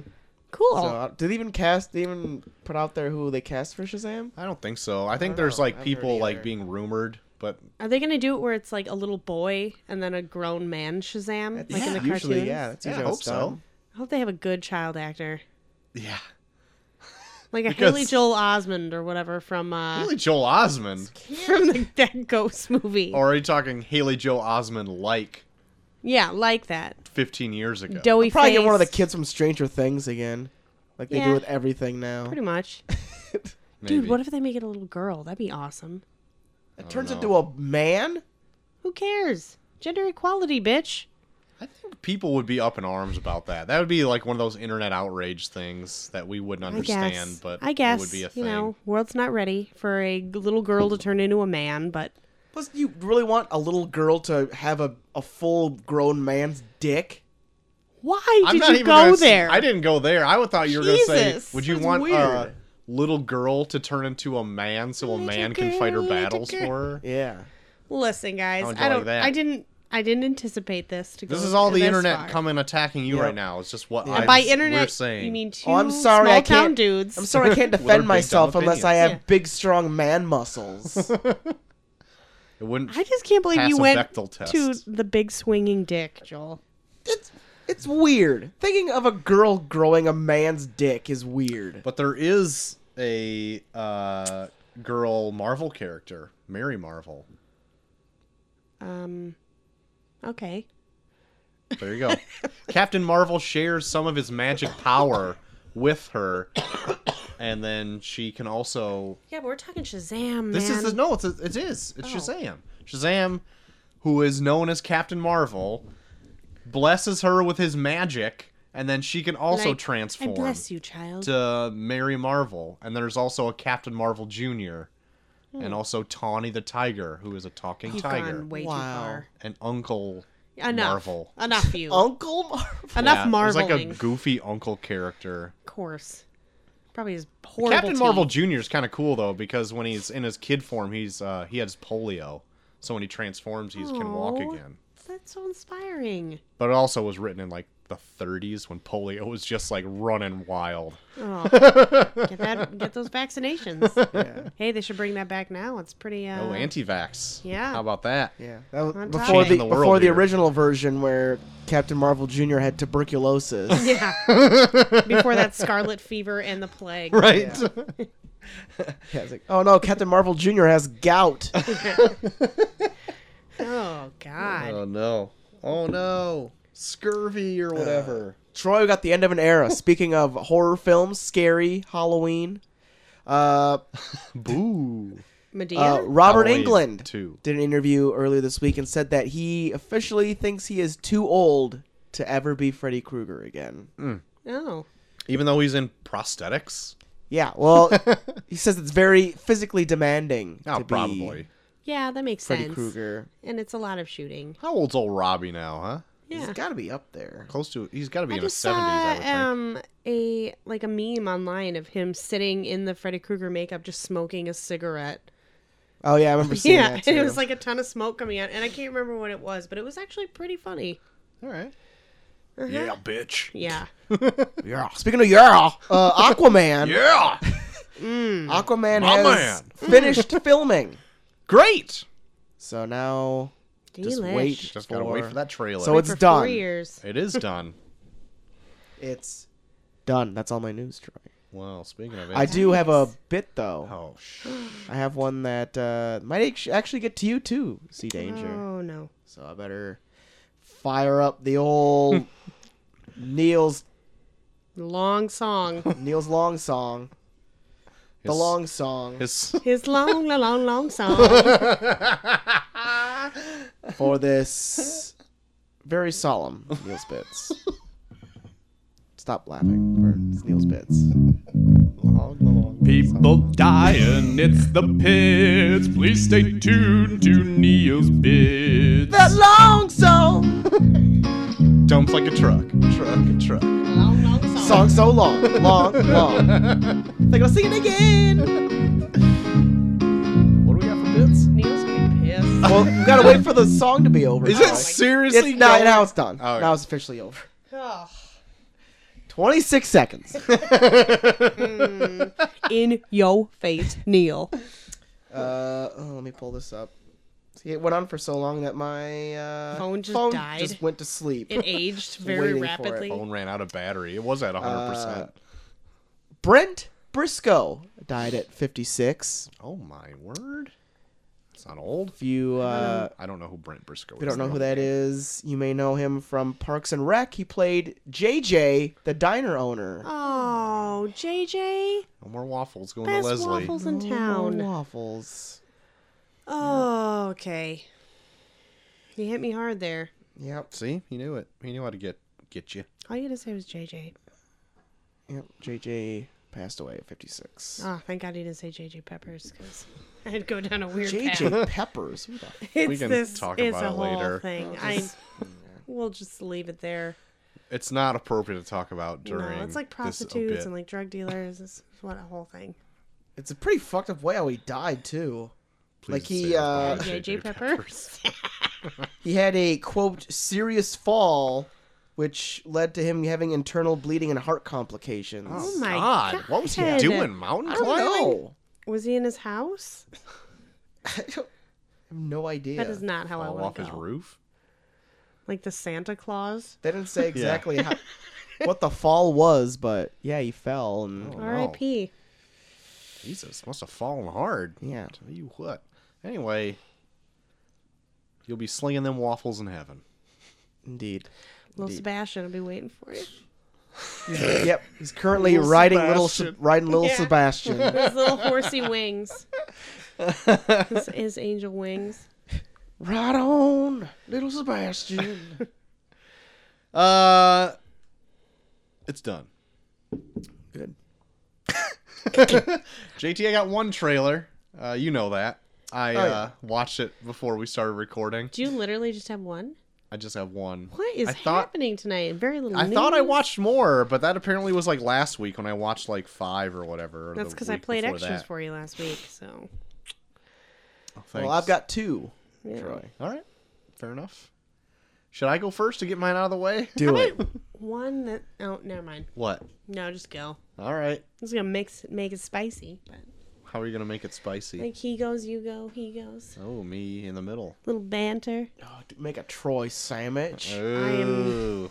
Cool. So, uh, did they even cast? They even put out there who they cast for Shazam? I don't think so. I think don't there's know. I like haven't heard people like either. being rumored, but Are they going to do it where it's like a little boy and then a grown man Shazam, like in the usually, cartoons? yeah, that's Yeah, usually I how hope it's so. done. I hope they have a good child actor, yeah. like a Because- Haley Joel Osmond or whatever from uh, Haley Joel Osmond. from the Dead Ghost movie. Or are you talking Haley Joel Osmond like yeah, like that 15 years ago? doughy Probably get one of the face, kids from Stranger Things again, like they Yeah. do with everything now. Pretty much, Maybe. dude. What if they make it a little girl? That'd be awesome. it turns know. into a man. Who cares? Gender equality, bitch. I think people would be up in arms about that. That would be like one of those internet outrage things that we wouldn't I understand, guess. but I guess it would be a thing. you know, world's not ready for a g- little girl to turn into a man, but Plus, you really want a little girl to have a, a full grown man's dick? why I'm did not you even gonna go s- there? I didn't go there. I would thought you were going to Jesus, say, would you that's want a weird. little girl to turn into a man so a Little man can fight her girl, little battles girl. for her? Yeah. Listen, guys, How'd you I don't. like that? I didn't. I didn't anticipate this to go. This is all the this internet far. coming attacking you Yep. right now. It's just what Yeah. I By we're internet, saying. you mean two Oh, I'm sorry. small I can't. town dudes? I'm sorry. I can't With our big defend dumb myself unless I have opinions. big, strong man muscles. it wouldn't. I just can't believe Pass you a went Bechdel test. to the big swinging dick, Joel. it's it's weird. Thinking of a girl growing a man's dick is weird. But there is a uh, girl Marvel character, Mary Marvel. Um, okay. There you go. Captain Marvel shares some of his magic power with her, and then she can also. Yeah, but we're talking Shazam, man. This is the, no, it's it is it's Oh. Shazam. Shazam, who is known as Captain Marvel, blesses her with his magic, and then she can also Like, I transform. bless you, child. to uh, Mary Marvel, and there's also a Captain Marvel Jr. and also Tawny the Tiger, who is a talking You've tiger, Hmm. gone way Wow. too and Uncle far. Enough. Marvel. Oh, Enough you. Uncle Marvel. Enough There's marveling. like a goofy uncle character. of course. Probably is horrible. Captain teeth. Marvel Jr. is kind of cool though because when he's in his kid form, he's uh, he has polio, so when he transforms, he can walk Aw. again. That's so inspiring. But it also was written in like the 30s when polio was just like running wild. Oh, get that, get those vaccinations. Hey, they should bring that back now. It's pretty. Uh, oh, anti-vax. yeah. How about that? Yeah, that was On before topic. the, Changing the world before the here. original version where Captain Marvel Jr. had tuberculosis. Yeah. Before that scarlet fever and the plague. Right. yeah, it's like, oh no, Captain Marvel Jr. has gout. Oh God. Uh, Oh no. Oh no. Scurvy or whatever. Troy got the end of an era. Speaking of horror films, scary Halloween. Uh, Boo. Medea. uh, Robert Halloween England two. did an interview earlier this week and said that he officially thinks he is too old to ever be Freddy Krueger again. oh. Even though he's in prosthetics? Yeah, well, he says it's very physically demanding Oh, to probably. be Yeah, that makes Freddy sense. Krueger. And it's a lot of shooting. How old's old Robbie now, huh? Yeah. He's got to be up there. Close to he's gotta be I in his just seventies, I would saw think. um a like a meme online of him sitting in the Freddy Krueger makeup just smoking a cigarette. Oh yeah, I remember seeing yeah, that. and it too. was like a ton of smoke coming out, and I can't remember what it was, but it was actually pretty funny. Alright. Uh-huh. Yeah, bitch. Yeah. Yeah. Speaking of Yarl, uh, Aquaman. Yeah. Aquaman My has man. finished filming. Great. So now just Delish. wait. Just gotta wait for- for that trailer. So it's For four done. years. it is done. it's done. That's all my news, Troy. Well, speaking of it. I do have a bit though. Oh sh- I have one that uh, might act- actually get to you too, Sea Danger. Oh no. So I better fire up the old Neil's Long song. Neil's long song. The His- long song his His long, long, long, long song. for this very solemn Neil's bits. Stop laughing for Neil's bits. People dying, it's the pits. Please stay tuned to Neil's Bits. The long song. dumps like a truck. Truck truck. long, long song. Song so long, long, long. They're gonna sing it again. well, we gotta wait for the song to be over. Is now. it seriously? It's not, going- now it's done. Oh, okay. Now it's officially over. Ugh. 26 seconds. In yo face, Neil. Uh, oh, let me pull this up. See, it went on for so long that my uh, Phone just died. just went to sleep. It aged very Waiting for it. rapidly. Phone ran out of battery. It was at Uh, 100%. Brent Briscoe died at 56. oh my word. It's not old. If you uh, I don't know who Brent Briscoe is. if you don't know who that is, you may know him from Parks and Rec. He played JJ, the diner owner. Oh, JJ, No more waffles going best to Leslie. waffles in Oh, town. waffles. Oh, okay. You hit me hard there. Yep, See, he knew it. He knew how to get get you. All you had to say was JJ. yep. JJ passed away at 56. Oh, thank God he didn't say JJ Peppers because I'd go down a weird path. JJ Peppers. Who the f- It's can this, talk it's about a it whole later. thing. I we'll just leave it there. It's not appropriate to talk about during. no, it's like this prostitutes obit. and like drug dealers. It's what a whole thing. It's a pretty fucked up way how he died, too. Please like just he, say that's uh, behind JJ Peppers. He had a quote serious fall, which led to him having internal bleeding and heart complications. Oh my God, God. what was he doing? Mountain I don't climbing? know. Was he in his house? I don't- I have no idea. That is not how I Fall want off to his go. roof? Like the Santa Claus. They didn't say exactly how, what the fall was, but yeah, he fell and Oh. R.I.P. Jesus, must have fallen hard. yeah. Tell you what. Anyway, you'll be slinging them waffles in heaven. Indeed. Little Sebastian will be waiting for you. yep. He's currently Little riding little Se- Sebastian. riding little Yeah. Sebastian. His little horsey wings. his, his angel wings. Right on, little Sebastian. Uh, it's done. Good. JT, I got one trailer. Uh, you know that. Oh, I yeah. uh, watched it before we started recording. Do you literally just have one? I just have one. What is I thought, happening tonight? Very little. I thought I news. watched more, but that apparently was like last week when I watched like five or whatever. or That's the because I week played before extras that. for you last week, so Oh, thanks. Well, I've got two. yeah. Troy, All right, fair enough. Should I go first to get mine out of the way? do it. one that. Oh, never mind. What? No, just go. All right. This is gonna mix make it spicy. But How are you gonna make it spicy? like he goes, you go, he goes. Oh, me in the middle. Little banter. Oh, dude, make a Troy sandwich. Ooh.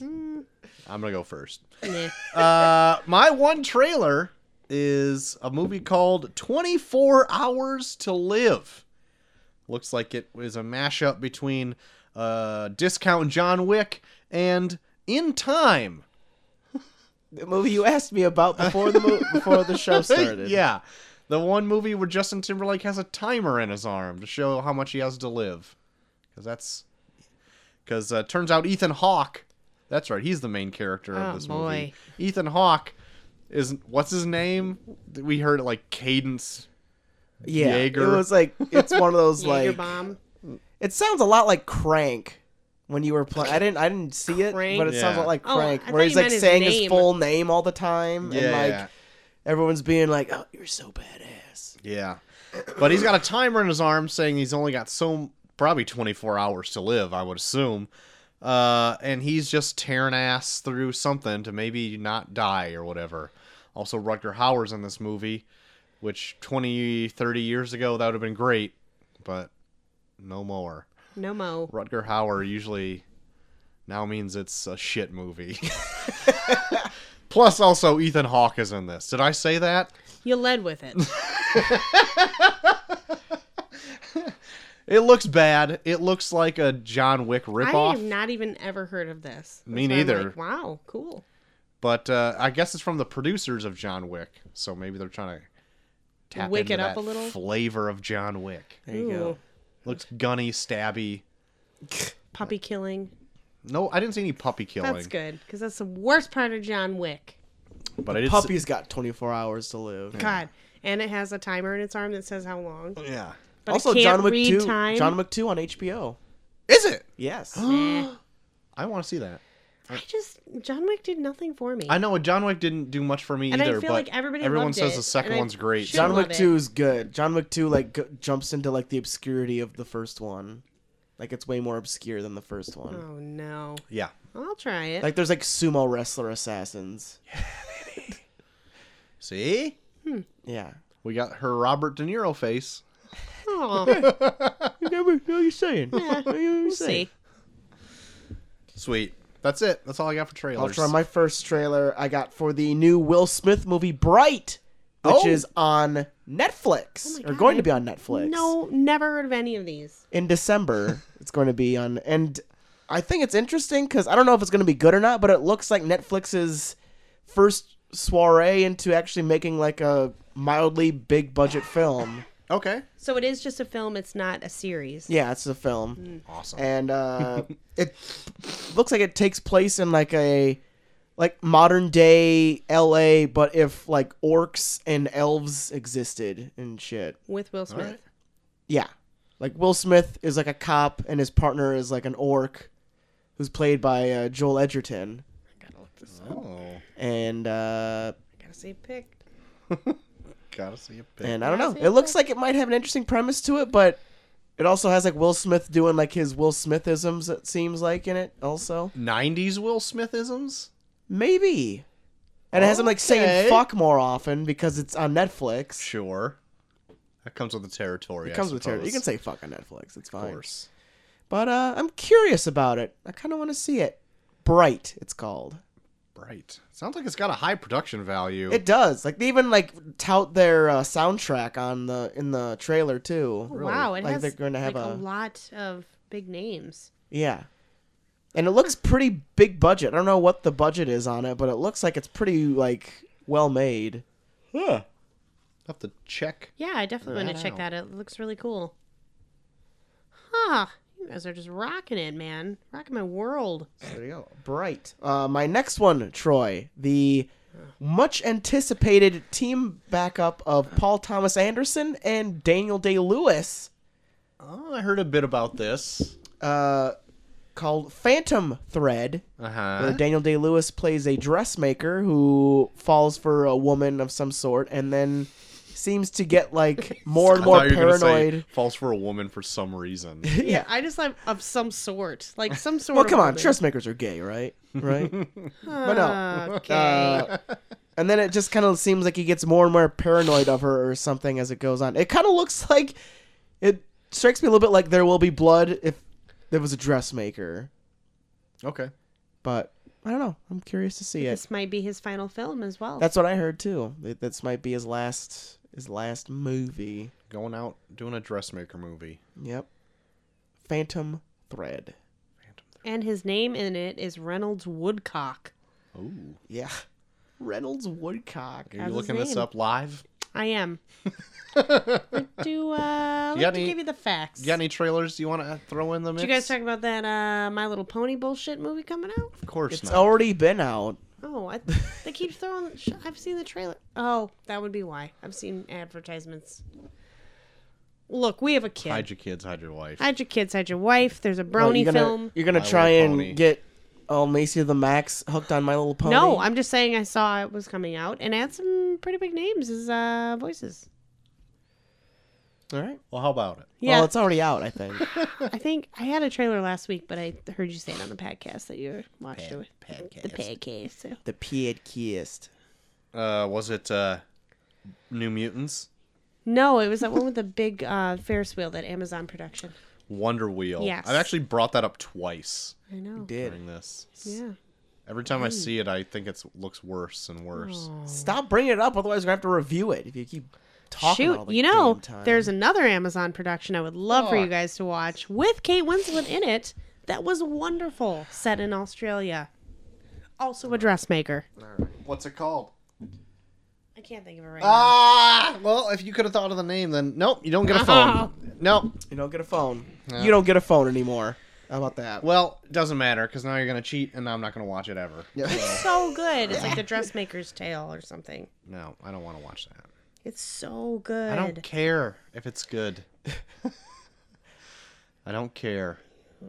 I'm gonna go first. Nah. Uh, my one trailer is a movie called 24 Hours to Live. Looks like it is a mashup between uh, Discount John Wick and In Time. The movie you asked me about before the mo- before the show started. yeah. The one movie where Justin Timberlake has a timer in his arm to show how much he has to live. Because that's. Because uh, turns out Ethan Hawke. That's right. He's the main character of Oh, this boy. movie. Ethan Hawke is. What's his name? We heard it like Cadence. Yeah, Jaeger. it was like it's one of those Jaeger like bomb. it sounds a lot like Crank when you were playing. I didn't I didn't see it, Crank? but it sounds a Yeah. lot like Oh, Crank, I thought where he's you like meant his saying his name. full name all the time, and like everyone's being like, "Oh, you're so badass." Yeah. But he's got a timer in his arm saying he's only got so probably 24 hours to live, I would assume. Uh, and he's just tearing ass through something to maybe not die or whatever. Also, Rutger Hauer's in this movie, which 20, 30 years ago, that would have been great, but no more. No mo. Rutger Hauer usually now means it's a shit movie. Plus, also, Ethan Hawke is in this. Did I say that? You led with it. It looks bad. It looks like a John Wick I have ripoff. not even ever heard of this. Me That's why I'm neither. like, wow, cool. but uh, I guess it's from the producers of John Wick, so maybe they're trying to tap Wick into it up that a little? flavor of John Wick. There you go. Ooh. Looks gunny, stabby. Puppy killing. No, I didn't see any puppy killing. That's good because that's the worst part of John Wick. But I did see- Puppy's got 24 hours to live. God, and it has a timer in its arm that says how long. yeah. But also, it can't John Wick read 2. time. John Wick 2 on HBO. Is it? Yes. Eh. I want to see that. I just John Wick did nothing for me. I know John Wick didn't do much for me And I either, feel but like everybody everyone loved says it, the second and I one's great. should- John love Wick it. 2 is good. John Wick 2 like g- jumps into like the obscurity of the first one. Like it's way more obscure than the first one. oh no, yeah. I'll try it. Like there's like sumo wrestler assassins. See? Yeah. We got her Robert De Niro face. Aw, what are you saying? we'll see. Sweet. That's it. That's all I got for trailers. I'll try my first trailer I got for the new Will Smith movie Bright, which Oh. is on Netflix. Oh my or God, going to I- be on Netflix. No, never heard of any of these. In December, it's going to be on and I think it's interesting cuz I don't know if it's going to be good or not, but it looks like Netflix's first soiree into actually making like a mildly big budget film. okay. So it is just a film. It's not a series. Yeah, it's a film. Awesome. and uh, it looks like it takes place in like a like modern day L.A. But if like orcs and elves existed and shit, With Will Smith. right. yeah. Like Will Smith is like a cop, and his partner is like an orc, who's played by uh, Joel Edgerton. I gotta look this up. oh. And uh, I gotta see picked. Gotta see a pic. and I don't Yeah, know, see, it looks like it might have an interesting premise to it, but it also has like Will Smith doing like his Will Smithisms. It seems like in it also. 90s Will Smithisms? Maybe. And it has him like saying Okay. fuck more often because it's on Netflix. Sure. That comes with the territory. It I comes with territory. You suppose. can say fuck on Netflix. It's fine. Of course. But uh, I'm curious about it. I kind of want to see it. Bright, it's called. Bright. Sounds like it's got a high production value. It does. Like they even like tout their uh, soundtrack on the in the trailer too. Wow, it Like, has they're gonna have like, a... a- lot of big names. Yeah. And it looks pretty big budget. I don't know what the budget is on it, but it looks like it's pretty like well made. Huh. Have to check. Yeah, I definitely want Right to check out. that. out. It looks really cool. Huh. You guys are just rocking it, man. Rocking my world. There you go. Bright. Uh, my next one, Troy, the much anticipated team backup of Paul Thomas Anderson and Daniel Day Lewis, Oh, I heard a bit about this. uh, called Phantom Thread, Uh where huh. Daniel Day Lewis plays a dressmaker who falls for a woman of some sort and then seems to get like more and more paranoid. falls for a woman for some reason. Yeah, I just like of some sort, like some sort. Well, of come on, woman. dressmakers are gay, right? Right? but no. Ah, Okay. Uh, and then it just kind of seems like he gets more and more paranoid of her or something as it goes on. It kind of looks like it strikes me a little bit like there will be blood if there was a dressmaker, okay. but I don't know. I'm curious to see it. this might be his final film as well. That's what I heard too. That This might be his last his last movie. Going out doing a dressmaker movie. Yep. Phantom Thread. and his name in it is Reynolds Woodcock. Ooh. Yeah. Reynolds Woodcock. Are you That's his looking this name. up live? I am. like to uh, You got like to any- give you the facts. You got any trailers you want to throw in the mix? Did you guys talk about that uh, My Little Pony bullshit movie coming out? Of course It's not. already been out. Oh, I, they keep throwing. sh- I've seen the trailer. Oh, that would be why. I've seen advertisements. Look, we have a kid. Hide your kids, hide your wife. Hide your kids, hide your wife. There's a Oh, brony you're gonna, film. You're gonna My try Little and Pony. get oh Macy the Max hooked on My Little Pony. No, I'm just saying I saw it was coming out and it had some pretty big names as uh, voices. all right. Well, how about it? Yeah, Well, it's already out, I think. I think I had a trailer last week, but I heard you say it on the podcast that you watched it. The podcast. So. the Pied Kissed. Uh, was it uh, New Mutants? No, it was that one with the big uh, Ferris wheel that Amazon production. Wonder Wheel. Yes. I've actually brought that up twice I know. Did. during this. Yeah. Every time I see it, I think it looks worse and worse. Stop bringing it up, otherwise we're gonna have to review it if you keep talking all Shoot, the you know, damn time. there's another Amazon production I would love for you guys to watch with Kate Winslet in it. That was wonderful, set in Australia. Also a dressmaker. What's it called? I can't think of it right Ah! Well, if you could have thought of the name, then nope, you don't get Oh. a phone. Nope. you don't get a phone. You don't get a phone anymore. How about that? Well, doesn't matter because now you're gonna cheat, and I'm not gonna watch it ever. now. So good. It's like the dressmaker's tale or something. No, I don't want to watch that. It's so good. I don't care if it's good. I don't care.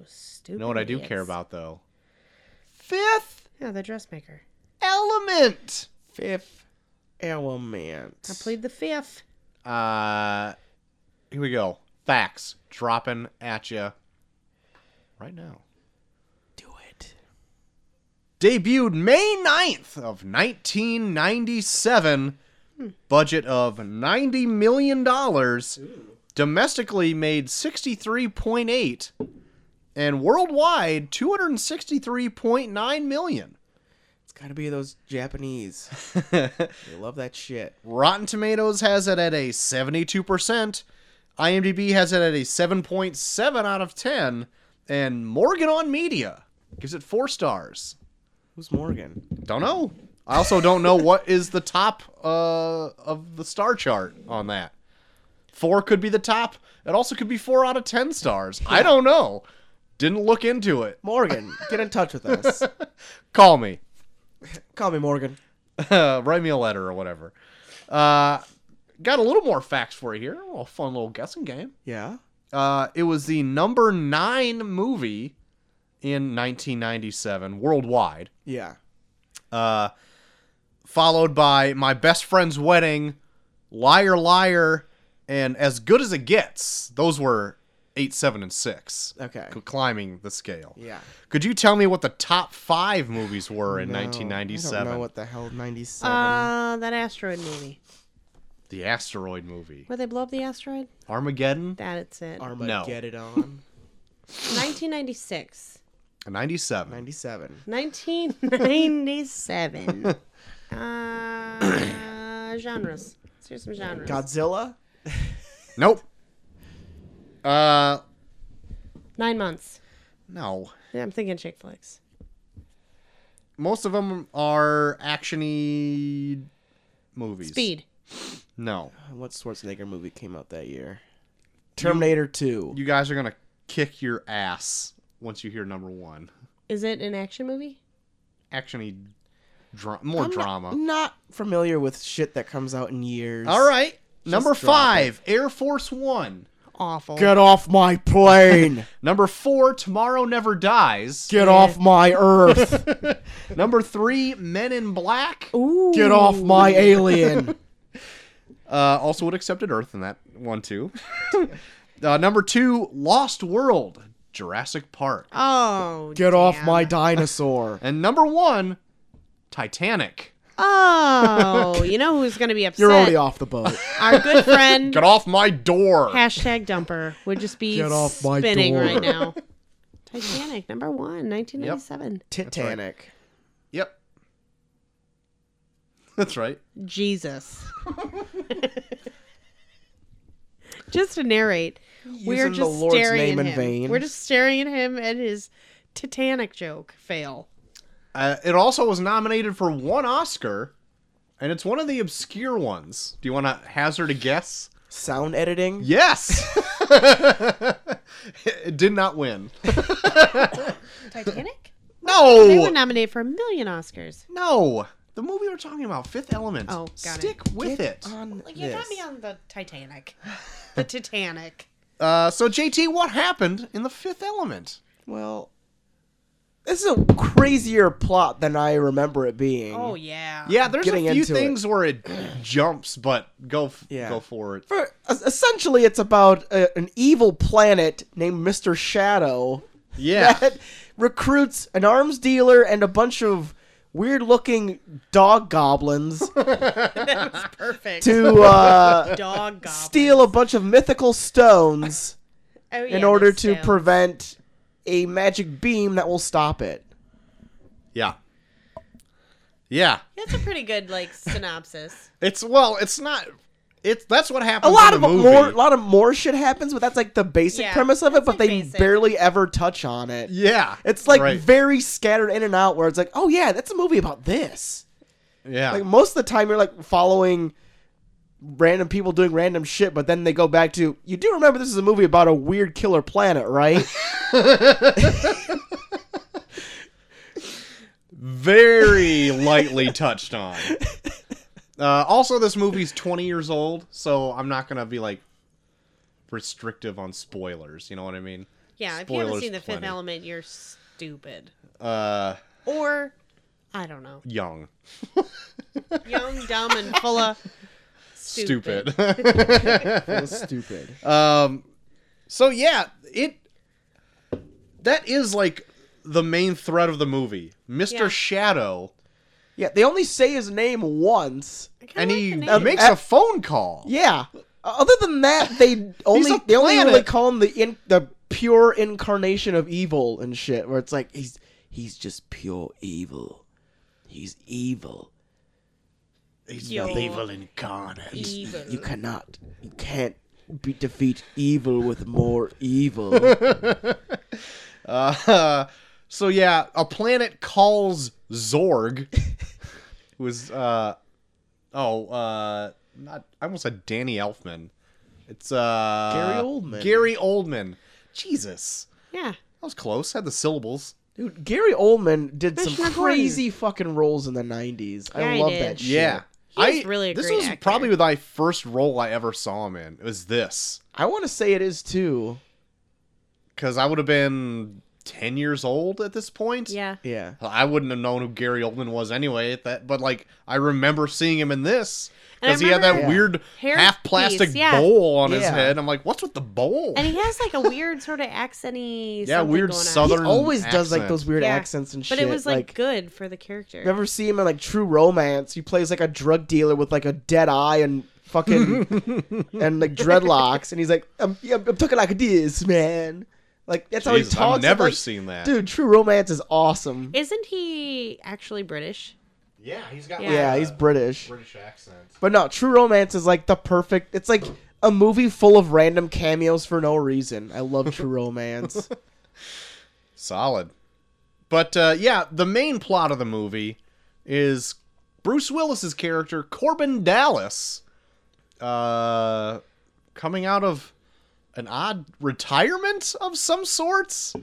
Stupid You know what I do idiots. care about though? Fifth Yeah, the dressmaker. Element. Fifth Element. I played the fifth. Uh, here we go. Facts dropping at you right now. Do it. Debuted May 9th of 1997. Budget of $90 million. Domestically made 63.8 and worldwide 263.9 million. It's gotta be those Japanese. they love that shit. Rotten Tomatoes has it at a 72%. IMDb has it at a 7.7 out of 10. And Morgan on Media gives it four stars. Who's Morgan? Don't know. I also don't know what is the top uh, of the star chart on that. Four could be the top. It also could be four out of 10 stars. I don't know. Didn't look into it. Morgan, get in touch with us. Call me. Call me Morgan. uh, write me a letter or whatever. Uh, got a little more facts for you here. A little fun little guessing game. Yeah. Uh, it was the number nine movie in 1997 worldwide, Yeah. uh, followed by My Best Friend's Wedding, Liar Liar, and As Good as It Gets. Those were eight, seven, and six. Okay. C- climbing the scale. Yeah. Could you tell me what the top five movies were in No, 1997? I don't know what the hell 97. Uh, that asteroid movie. The asteroid movie. Where they blow up the asteroid? Armageddon, That it's it. Armageddon on. 1996. 97. 97. 1997. uh, genres. Let's hear some genres. Godzilla? Nope. Uh, Nine months. no. Yeah, I'm thinking chick flicks. Most of them are actiony movies. Speed. No. Uh, What Schwarzenegger movie came out that year? Terminator 2. You guys are going to kick your ass once you hear number one. Is it an action movie? Actiony, dra- more I'm not- drama. I'm not familiar with shit that comes out in years. All right. Number drop it. five, Air Force One. Awful. Get off my plane. Number four, Tomorrow Never Dies. Get off my earth. Number three, Men in Black. Ooh. Get off my alien. Uh, also would accepted Earth in that one too. uh, number two, Lost World, Jurassic Park, Oh. Get off damn. my dinosaur. and number one, Titanic. Oh, you know who's gonna be upset? You're already off the boat. Our good friend Get off my door! hashtag dumper would just be Get off my spinning door. right now. Titanic number one, 1997. Titanic. Yep, that's right. Jesus. just to narrate, we're Using just the Lord's staring name at in him. vain. We're just staring at him and his Titanic joke fail. Uh, it also was nominated for one Oscar, and it's one of the obscure ones. Do you want to hazard a guess? Sound editing? Yes. it did not win. Titanic? No. They were nominated for a million Oscars. No, the movie we're talking about, Fifth Element. Oh, got it. Stick with it. On Like you got this. me on the Titanic. The Titanic. Uh, so JT, what happened in the Fifth Element? Well, this is a crazier plot than I remember it being. Oh yeah. Yeah, there's Getting a few into it. things where it jumps, but go f- Yeah. go for it. For, es- essentially, it's about a, an evil planet named Mr. Shadow Yeah, that recruits an arms dealer and a bunch of weird looking dog goblins Perfect. to uh, Dog goblin. steal a bunch of mythical stones Oh, yeah, in order they to steal. prevent a magic beam that will stop it. yeah, yeah. That's a pretty good like synopsis. It's well, it's not. It's that's what a happens. lot of in the movie. more a lot of more shit happens but that's like the basic Yeah, premise of it that's, but like, they basic. barely ever touch on it Yeah, it's like right. very scattered in and out where it's like oh yeah that's a movie about this yeah, like most of the time you're like following random people doing random shit but then they go back to you do remember this is a movie about a weird killer planet right very lightly touched on. Uh, also, this movie's 20 years old, so I'm not gonna be like restrictive on spoilers. You know what I mean? Yeah, if you haven't Spoilers seen the Fifth plenty. Element, you're stupid. Uh, Or I don't know. Young. Young, dumb, and full of stupid. Stupid. That was stupid. Um, so yeah, it that is like the main thread of the movie, Mister Yeah. Shadow, Yeah, they only say his name once. I kinda and like he uh, the name. makes a phone call. Yeah. Other than that, they only a they only planet. really call him the in, the pure incarnation of evil and shit. Where it's like he's he's just pure evil. He's evil. He's Yo. evil incarnate. evil. You cannot. You can't be, defeat evil with more evil. Uh, so yeah, a planet calls Zorg, who is uh, oh uh, not I almost said Danny Elfman. It's uh Gary Oldman. Gary Oldman. Jesus, yeah. that was close. Had the syllables. Dude, Gary Oldman did some Commissioner Gordon. crazy fucking roles in the '90s. Yeah, I he love did. that shit. Yeah. He's I, really a this great was actor. probably my first role I ever saw him in. It was this I want to say it is too. because I would have been ten years old at this point. Yeah. Yeah. I wouldn't have known who Gary Oldman was anyway. At that, but like I remember seeing him in this And I because he had that remember- weird Hair half plastic piece, yeah. bowl on his Yeah. head. I'm like, what's with the bowl? And he has like a weird sort of accenty. Yeah, something weird going on. southern- He always does like accent. those weird Yeah. accents and But shit. it was like, good for the character. You ever see him in like True Romance? He plays like a drug dealer with like a dead eye and fucking and like dreadlocks, and he's like, "I'm, yeah, I'm talking like this, man." Like that's how he Jesus, talks. I've never I'm like, seen that. Dude, True Romance is awesome. Isn't he actually British? Yeah, he's got. Yeah. like, yeah, a he's British. British accent. But no, True Romance is like the perfect. It's like a movie full of random cameos for no reason. I love True Romance. Solid. But uh, yeah, the main plot of the movie is Bruce Willis's character Corbin Dallas, uh, coming out of an odd retirement of some sorts.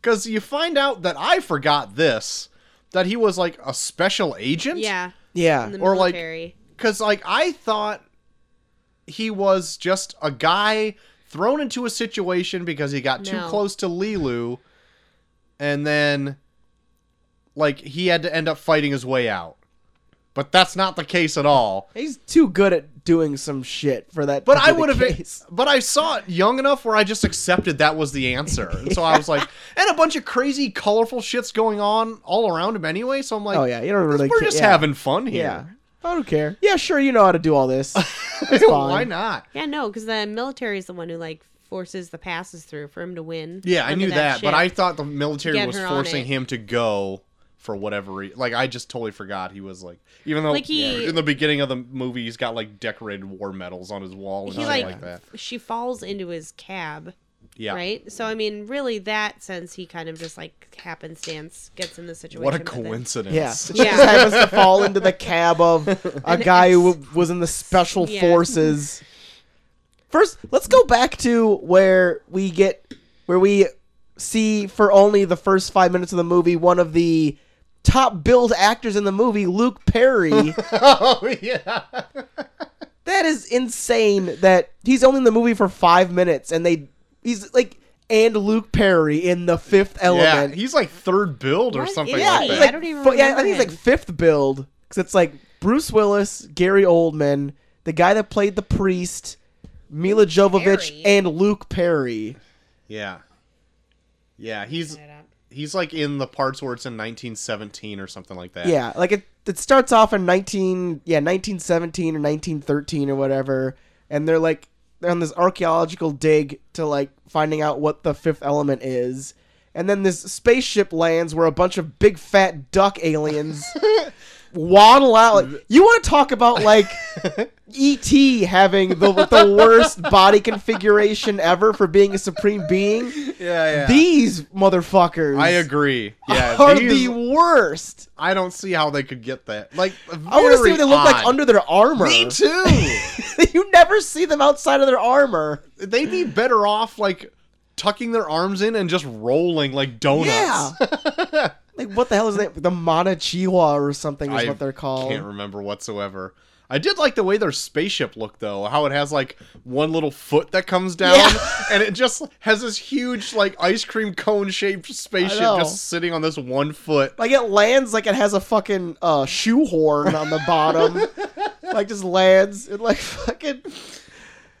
Because you find out that I forgot this that he was like a special agent. Yeah. Yeah. In the Or, like- military. Because like I thought he was just a guy thrown into a situation because he got too No. close to Lilu, and then like he had to end up fighting his way out. But that's not the case at all. He's too good at doing some shit for that. But to be I the would have, case. but I saw it young enough where I just accepted that was the answer, and so I was like, and a bunch of crazy, colorful shits going on all around him anyway. So I'm like, Oh yeah, you don't really. we're ca- just yeah. having fun Yeah. here. I don't care. Yeah, sure, you know how to do all this. It's fine. Why not? Yeah, no, because the military is the one who like forces the passes through for him to win. Yeah, I under knew that, but ship. I thought the military Get was her on forcing it. him to go for whatever reason. Like I just totally forgot he was like, even though Like, he- in the beginning of the movie he's got like decorated war medals on his wall and he shit like, like, that. she falls into his cab, Yeah, right? So I mean, really, that sense he kind of just like happenstance gets in the situation. what a but then- Yeah. coincidence. She just happens to fall into the cab of a guy who was in the special Yeah. forces. First, let's go back to where we get where we see for only the first 5 minutes of the movie one of the top billed actors in the movie, Luke Perry. oh yeah, that is insane that he's only in the movie for 5 minutes and they he's like and Luke Perry in the 5th yeah. element. He's like third build or What something is Yeah, like he? he's that. like, I don't even fu- yeah, I remember think he's like him. fifth build because it's like Bruce Willis, Gary Oldman, the guy that played the priest, Mila Jovovich, Perry. and Luke Perry. yeah, yeah. He's Set up. he's like in the parts where it's in 1917 or something like that. Yeah, like it. It starts off in nineteen, yeah, nineteen seventeen or nineteen thirteen or whatever, and they're like they're on this archaeological dig to like finding out what the fifth element is. And then this spaceship lands where a bunch of big fat duck aliens waddle out. Like, you want to talk about like E.T. having the, the worst body configuration ever for being a supreme being? yeah, These motherfuckers I agree. Yeah, are these- the worst. I don't see how they could get that. Like, I want to see very what they look like odd. under their armor. Me too. you never see them outside of their armor. They'd be better off like tucking their arms in and just rolling like donuts. Yeah, Like what the hell is that? The Mana Chihuahua or something is what they're called. Can't remember whatsoever. I did like the way their spaceship looked though, how it has like one little foot that comes down Yeah. and it just has this huge like ice cream cone shaped spaceship know. just sitting on this one foot. Like it lands like it has a fucking uh, shoehorn on the bottom. like just lands. It like fucking.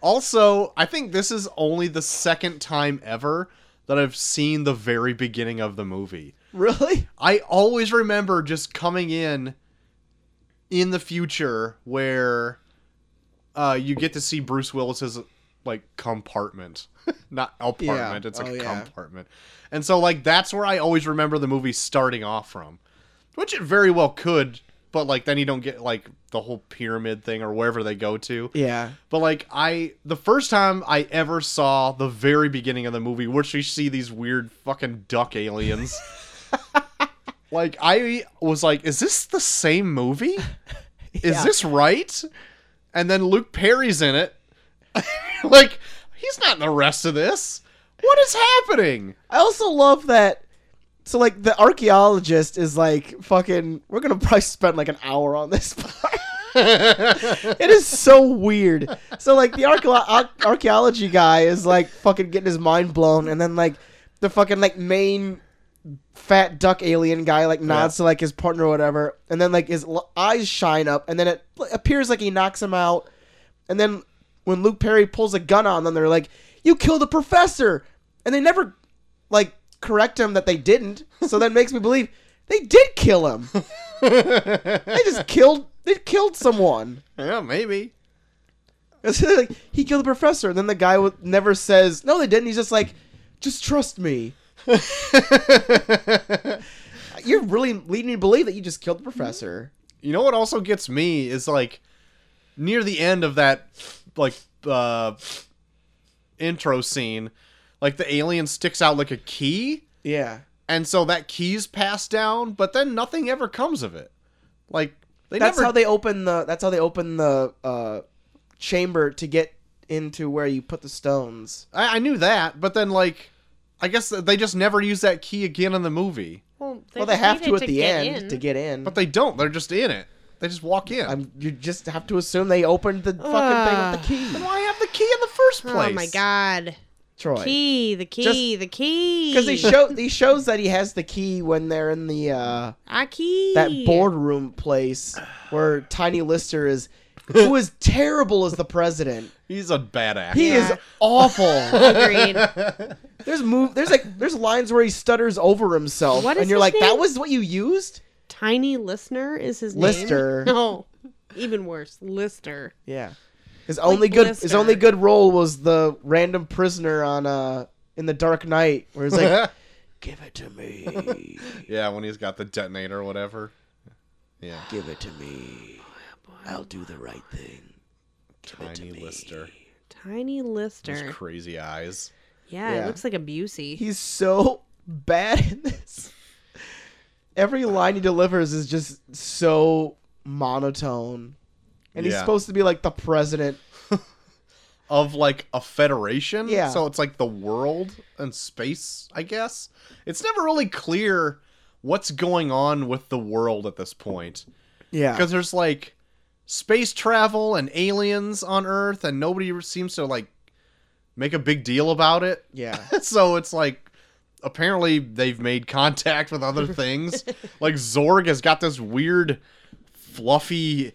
Also, I think this is only the second time ever that I've seen the very beginning of the movie. Really? I always remember just coming in in the future where uh, you get to see Bruce Willis's like compartment, not apartment. Yeah. It's a Oh, yeah. compartment, and so like that's where I always remember the movie starting off from, which it very well could, but like then you don't get like the whole pyramid thing or wherever they go to. Yeah. But like I the first time I ever saw the very beginning of the movie where she see these weird fucking duck aliens. like I was like, is this the same movie? Is Yeah. this right? And then Luke Perry's in it. like he's not in the rest of this. What is happening? I also love that. So like the archaeologist is like fucking. We're gonna probably spend like an hour on this part. it is so weird. So like the archaeo- archaeology guy is like fucking getting his mind blown, and then like the fucking like main fat duck alien guy like nods to like his partner or whatever, and then like his l- eyes shine up, and then it appears like he knocks him out, and then when Luke Perry pulls a gun on them, they're like, "You killed a professor," and they never like correct him that they didn't. So that makes me believe they did kill him. they just killed. They killed someone. Yeah, maybe. It's like, he killed the professor, and then the guy w- never says no. They didn't. He's just like, just trust me. You're really leading me to believe that you just killed the professor. You know what also gets me is like near the end of that like uh intro scene, like the alien sticks out like a key, Yeah. and so that key's passed down, but then nothing ever comes of it. Like they That's never how they open the. That's how they open the uh, chamber to get into where you put the stones. I, I knew that, but then like I guess that they just never use that key again in the movie. Well, they, well, they just have need to it at the get end in. to get in. But they don't. They're just in it. They just walk in. I'm, you just have to assume they opened the Ah. fucking thing with the Then key. why have the key in the first place? Oh my god. Troy. Key, the key, Just- the key. Because he show he shows that he has the key when they're in the uh, a key. that boardroom place where Tiny Lister is, who is terrible as the president. He's a bad actor. He is Yeah. awful. Agreed. There's move. There's like there's lines where he stutters over himself, What is and you're his like, that name? was what you used. Tiny Listener is his Lister. name. No. Even worse. Lister. Yeah. His only good his Lister. only good role was the random prisoner on uh in the Dark Knight, where he's like, give it to me, yeah, when he's got the detonator or whatever. Yeah. give it to me, I'll do the right thing. Tiny Lister. Tiny Those Lister. crazy eyes. Yeah, Yeah. it looks like a Busey. He's so bad in this. Every line he delivers is just so monotone. And he's Yeah. supposed to be like the president. Of like a federation. Yeah. So it's like the world and space, I guess. It's never really clear what's going on with the world at this point. Yeah. Because there's like space travel and aliens on Earth, and nobody seems to like make a big deal about it. Yeah. so it's like apparently they've made contact with other things. like Zorg has got this weird fluffy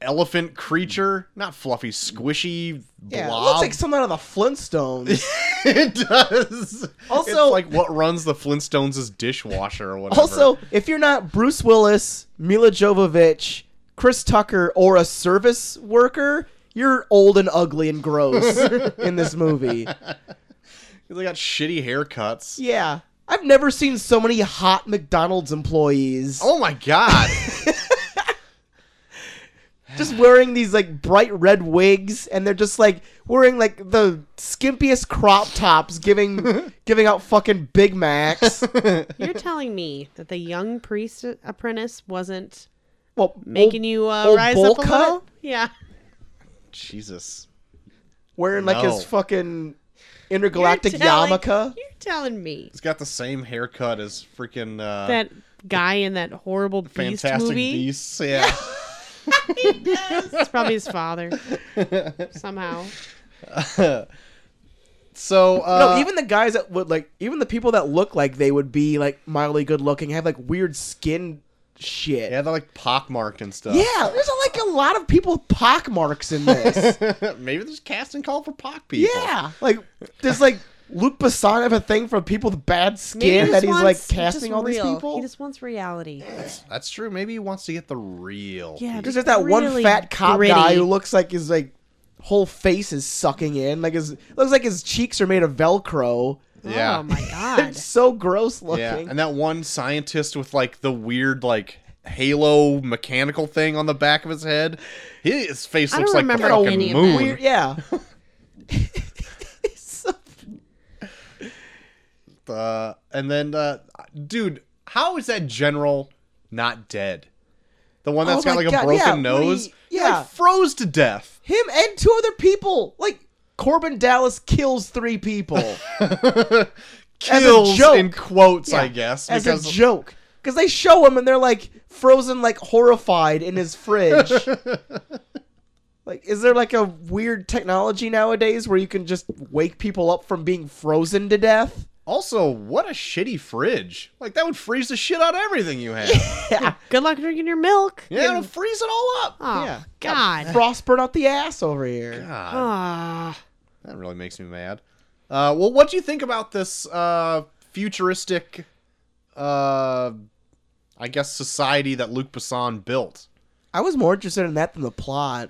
elephant creature, not fluffy, squishy Yeah. It blob. looks like something out of the Flintstones. it does. Also- It's like what runs the Flintstones' dishwasher or whatever. also, if you're not Bruce Willis, Mila Jovovich, Chris Tucker, or a service worker, you're old and ugly and gross in this movie. they got shitty haircuts. Yeah. I've never seen so many hot McDonald's employees. Oh my god. just wearing these like bright red wigs and they're just like wearing like the skimpiest crop tops giving giving out fucking big macs You're telling me that the young priest apprentice wasn't well making old- you uh, old rise bowl up a cut? little? Yeah. Jesus. wearing like No. his fucking intergalactic You're telling- yarmulke You're telling me He's got the same haircut as freaking uh, that guy in that horrible beast Fantastic movie. Beasts. Yeah. It's probably his father. Somehow. So uh, no, even the guys that would like, even the people that look like they would be like mildly good looking have like weird skin shit. yeah, they're like pockmarked and stuff. Yeah, there's like a lot of people with pock marks in this. Maybe there's casting call for pock people. yeah, like there's like Luke Besson have a thing for people with bad Maybe he skin that just he's like wants- casting just all these real. people. He just wants reality. that's true. Maybe he wants to get the real. Yeah, people. There's just that one really fat cop gritty. guy who looks like his like whole face is sucking in, like his looks like his cheeks are made of Velcro. yeah. Oh my god. It's so gross looking. Yeah, and that one scientist with like the weird like halo mechanical thing on the back of his head. His face I looks don't like the remember any fucking of that. moon. Weird, yeah. It's so- Uh, and then, uh, dude, how is that general not dead? The one that's Oh got my like a God, broken yeah, when nose. he- He, yeah. like froze to death. Him and two other people. Like Corbin Dallas kills three people Kills joke. in quotes, Yeah, I guess. as a because joke. Because they show him and they're like frozen, like horrified in his fridge. like, is there like a weird technology nowadays where you can just wake people up from being frozen to death? also, what a shitty fridge. Like that would freeze the shit out of everything you had. Good luck drinking your milk. yeah, it'll freeze it all up. Oh Yeah. god. Frostburn out the ass over here. God. Ah. That really makes me mad. Uh, well, what do you think about this uh, futuristic, uh, I guess, society that Luc Besson built? I was more interested in that than the plot.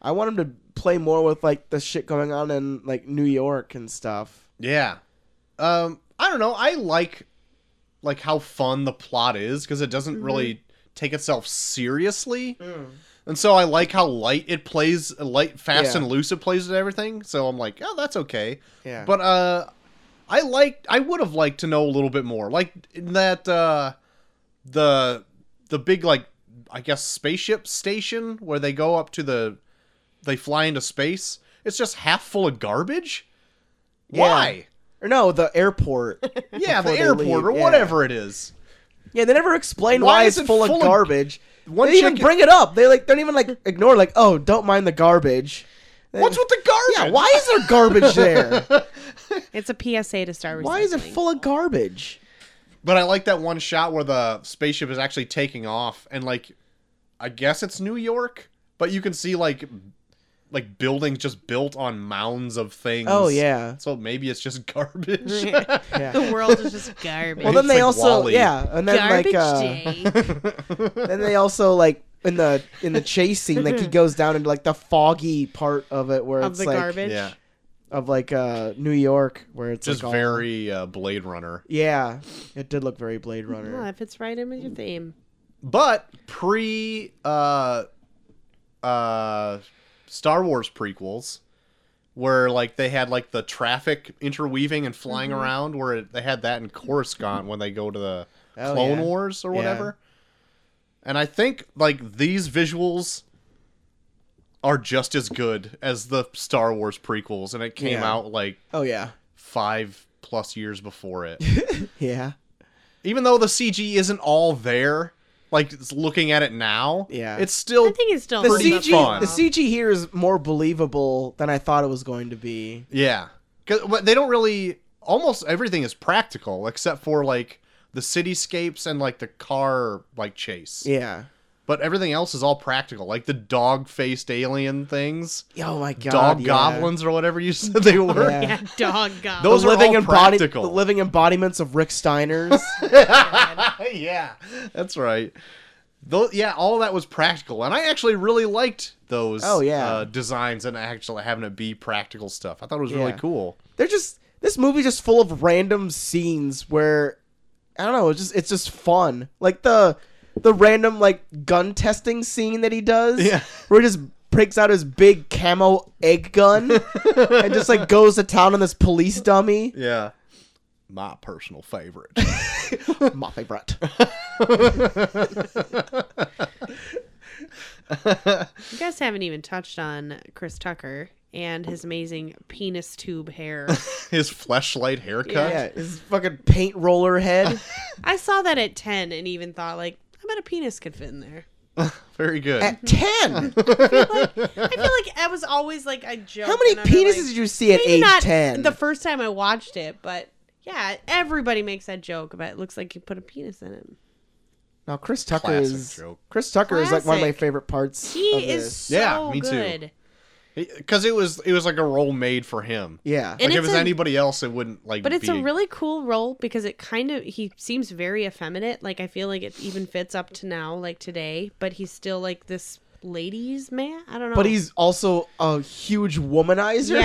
I want him to play more with like the shit going on in like New York and stuff. Yeah. Um, I don't know. I like like how fun the plot is because it doesn't really take itself seriously. And so I like how light it plays, light, fast Yeah. and loose it plays at everything. So I'm like, oh, that's okay. Yeah. But uh, I like, I would have liked to know a little bit more, like in that uh, the the big like I guess spaceship station where they go up to the they fly into space. It's just half full of garbage. Yeah. Why? Or no, the airport. Yeah, the Before they airport leave, or yeah. whatever it is. yeah, they never explain Why why, is it's it full, full of of- garbage. One they even chicken- bring it up. They like don't even like ignore like, oh, don't mind the garbage. They- What's with the garbage? Yeah, why is there garbage there? It's a PSA to start recycling. why is it full of garbage? But I like that one shot where the spaceship is actually taking off, and like, I guess it's New York, but you can see like, like buildings just built on mounds of things. Oh, yeah. So maybe it's just garbage. Yeah. The world is just garbage. Well, then It's they like also Wall-E. yeah, and then garbage like uh, day. then they also like in the in the chase scene like he goes down into like the foggy part of it where of it's the like garbage. yeah, of like uh New York where it's just like, all- very uh, Blade Runner, yeah, it did look very Blade Well, Runner. that fits right in with Mm. your theme. but pre uh, uh, Star Wars prequels. Where like they had like the traffic interweaving and flying Mm-hmm. around, where it, they had that in Coruscant when they go to the Oh, Clone yeah. Wars or Yeah. whatever. And I think like these visuals are just as good as the Star Wars prequels, and it came Yeah. out like Oh yeah, five plus years before it. yeah, Even though the CG isn't all there, like it's looking at it now, Yeah. it's still I think it's still the Pretty CG fun. the CG here is more believable than I thought it was going to be. Yeah, 'Cause- but they don't really. Almost everything is practical except for like the cityscapes and like the car like chase. Yeah. But everything else is all practical, like the dog faced alien things. Oh my god. dog yeah. goblins or whatever you said they were. Yeah. yeah, dog god. Those The are living all embodi- practical. the living embodiments of Rick Steiner's. yeah, that's right. Though, yeah, all that was practical, and I actually really liked those. Oh, yeah. uh, designs and actually having it be practical stuff. I thought it was really Yeah. cool. They're just this movie's just full of random scenes where I don't know, it's just it's just fun. Like the the random like gun testing scene that he does. Yeah. Where he just breaks out his big camo egg gun and just like goes to town on this police dummy. Yeah, my personal favorite. My favorite. You guys haven't even touched on Chris Tucker and his amazing penis tube hair. His fleshlight haircut. Yeah, his fucking paint roller head. I saw that at 10 and even thought, like, I bet a penis could fit in there. Very good. At 10! I feel like I was always like a joke. How many and I'm like- penises did you see at Maybe age not 10? The first time I watched it, but yeah, everybody makes that joke about it looks like you put a penis in it. now, Chris Tucker Classic is. joke. Chris Tucker is like one of my Classic. favorite parts. of He is this. so Yeah, me too. good. Because it was it was like a role made for him. Yeah. And like if it's it was a- anybody else, it wouldn't like. But it's be- a really cool role because it kind of he seems very effeminate. Like I feel like it even fits up to now, like today. But he's still like this ladies man. I don't know. But he's also a huge womanizer.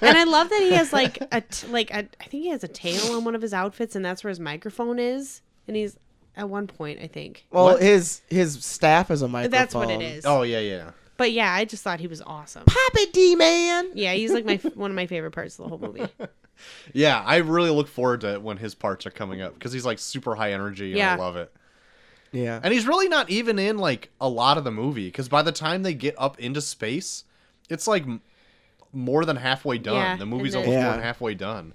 yeah, and I love that he has like a t- like a, I think he has a tail on one of his outfits, and that's where his microphone is. And he's at one point I think. Well, What? his his staff is a microphone. That's what it is. Oh yeah, yeah. But yeah, I just thought he was awesome. Papa D man. Yeah, he's like my one of my favorite parts of the whole movie. Yeah, I really look forward to it when his parts are coming up because he's like super high energy and Yeah. I love it. Yeah. And he's really not even in like a lot of the movie because by the time they get up into space, it's like m- more than halfway done. Yeah, the movie's and almost the- more Yeah. than halfway done.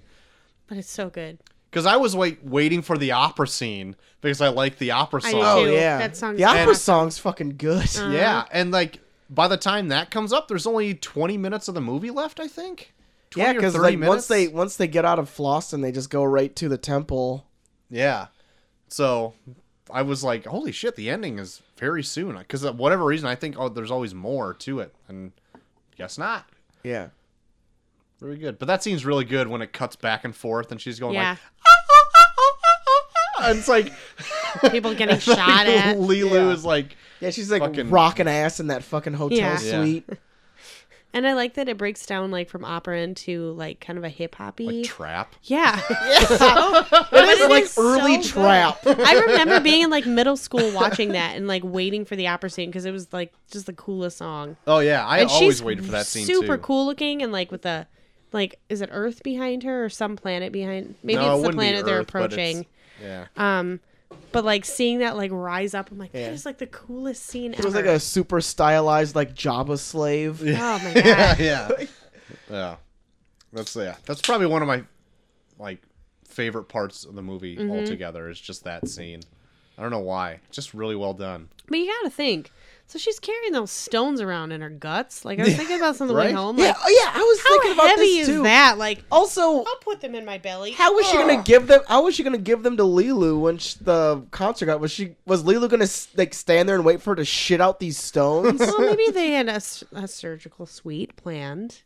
But it's so good. Because I was like waiting for the opera scene because I like the opera I song. Oh, do Oh Ew, yeah. that song's Uh, the opera awesome. song's fucking good. Yeah, and like by the time that comes up, there's only 20 minutes of the movie left, I think. 20 yeah, or because 30 like minutes. once they once they get out of Floss and they just go right to the temple. Yeah. So I was like, holy shit, the ending is very soon. Because whatever reason, I think oh, there's always more to it, and guess not. Yeah. Very good. But that scene's really good when it cuts back and forth, and she's going Yeah, like, and it's like people getting shot at. Lilu Yeah. is like, Yeah, she's like Fucking- rocking ass in that fucking hotel Yeah. Yeah. suite. And I like that it breaks down like from opera into like kind of a hip hoppy. like trap. yeah. So- but it It's like is so early good. trap. I remember being in like middle school watching that and like waiting for the opera scene because it was like just the coolest song. Oh yeah, I and always waited for that scene Super too. cool looking and like with the like is it Earth behind her or some planet behind? Maybe No, it it's the wouldn't be planet they're Earth, but it's- approaching. Yeah. Um, but like seeing that like rise up, I'm like, Yeah. that is like the coolest scene It ever. was like a super stylized like Jabba slave. oh my god, yeah, yeah, yeah. That's yeah. That's probably one of my like favorite parts of the movie Mm-hmm. altogether. Is just that scene. I don't know why. Just really well done. but you gotta think. So she's carrying those stones around in her guts. Like I was thinking about this on the way Right? home. Yeah, Like, oh, yeah, I was thinking how about heavy this is too. that? Like, oh, Also, I'll put them in my belly. How was she gonna Ugh. give them? How was she gonna give them to Lilu when sh the concert got? Was she was Lilu gonna s- like stand there and wait for her to shit out these stones? Well, maybe they had a, s- a surgical suite planned.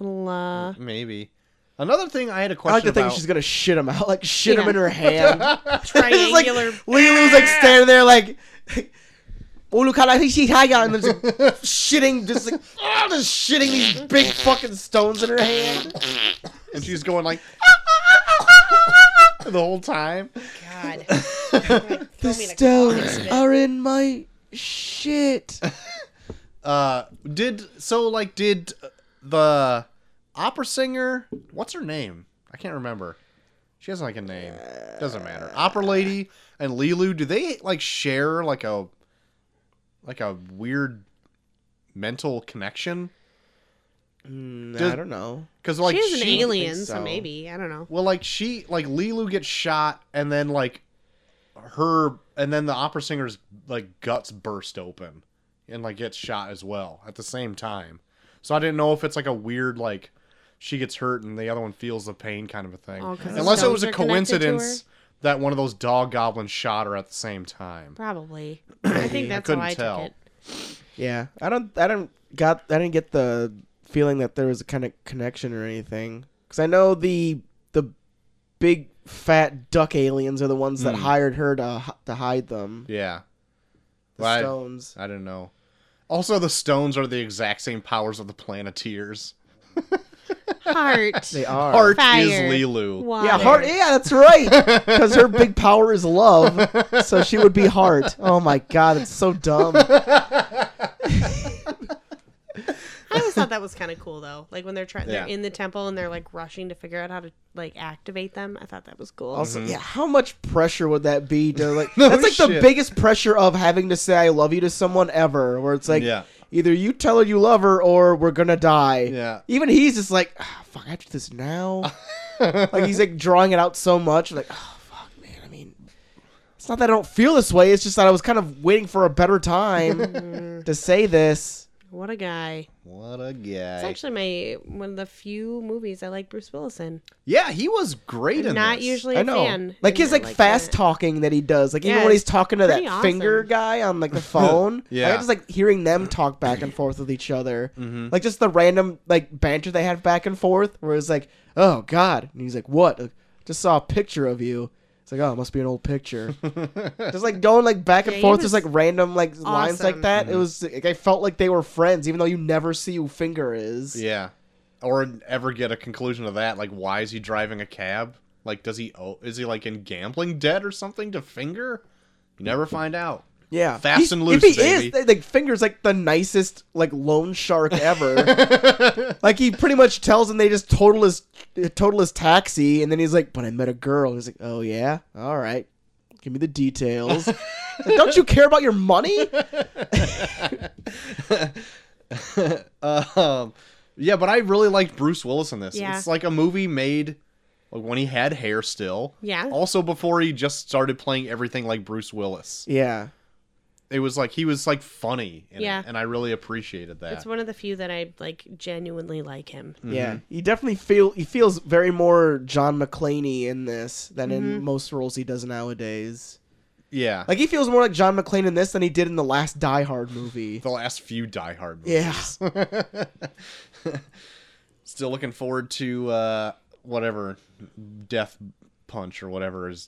Little, Mm. uh, Maybe. Another thing I had a I question like to about. think she's gonna shit them out, like shit them Yeah. in her hand. It's like triangular. Lilu's like standing there like. Ulukana, I think she's high on and just shitting, just like, ah, just shitting these big fucking stones in her hand. and she's going like the whole time. God. The stones are in my shit. Uh, did so like did the opera singer? What's her name? I can't remember. She has like a name. Doesn't matter. Opera lady and Lilu. Do they like share like a like a weird mental connection? Mm, Just- I don't know. Because like She's an she- alien, so. so. maybe. I don't know. Well, like she, like Lilu gets shot, and then like her, and then the opera singer's like guts burst open, and like gets shot as well at the same time. So I didn't know if it's like a weird like she gets hurt and the other one feels the pain kind of a thing. Oh, 'cause the Unless it stones was a are connected to her? coincidence that one of those dog goblins shot her at the same time. Probably. I think that's how couldn't I tell. took it. Yeah, I don't, I don't got, I didn't get the feeling that there was a kind of connection or anything. Because I know the the big fat duck aliens are the ones that Hmm. hired her to h- to hide them. Yeah, The Right. stones. I didn't know. Also, the stones are the exact same powers of the Planeteers. Heart. They are. Heart Fire. is Lilu. Water. Yeah, heart. Yeah, that's right. Because her big power is love, so she would be heart. Oh my god, it's so dumb. I always thought that was kind of cool though. Like when they're trying, they're Yeah. in the temple and they're like rushing to figure out how to like activate them. I thought that was cool. Also, yeah, how much pressure would that be to like? Mm-hmm. No that's like the shit. biggest pressure of having to say "I love you" to someone ever, where it's like, Yeah. either you tell her you love her or we're gonna die. Yeah. Even he's just like, "Ah, fuck, I have to do this now. like he's like drawing it out so much, like, oh fuck, man. I mean, It's not that I don't feel this way. It's just that I was kind of waiting for a better time to say this. What a guy. What a It's guy. actually my one of the few movies I like Bruce Willis in. yeah, he was great in Not this. usually a I know, fan. like in his that, like fast that. talking that he does, like even Yeah, when he's it's talking to that uh, pretty awesome. finger guy on like the phone. Yeah. like, I just like hearing them talk back and forth with each other, like just the random like banter they had back and forth, where it's like, "Oh God," and he's like, "What?" Like, Just saw a picture of you. It's like, "Oh, it must be an old picture." just like going like back and Yeah, he forth, just like was random like lines like awesome. that. It was like, I felt like they were friends, even though you never see who finger is. Yeah. Or ever get a conclusion to that? Like, why is he driving a cab? Like, does he owe? Is he like in gambling debt or something to finger? You never find out. Yeah, Fast He's- and loose, If he baby. is, th- like fingers, like the nicest like loan shark ever. like he pretty much tells them they just total his total his taxi, and then he's like, "But I met a girl." He's like, "Oh yeah, all right, give me the details." Like, Don't you care about your money? Um, yeah, but I really liked Bruce Willis in this. Yeah. It's like a movie made like when he had hair still. Yeah. Also before he just started playing everything like Bruce Willis. Yeah, It was like he was like funny. In Yeah. It, and I really appreciated that. It's one of the few that I like genuinely like him. Mm-hmm. yeah. He definitely feel he feels very more John McClaney in this than Mm-hmm. in most roles he does nowadays. yeah. Like Like he feels more like John McClane in this than he did in the last Die Hard movie. the last few Die Hard movies. Yeah. Still looking forward to uh whatever Death Punch or whatever is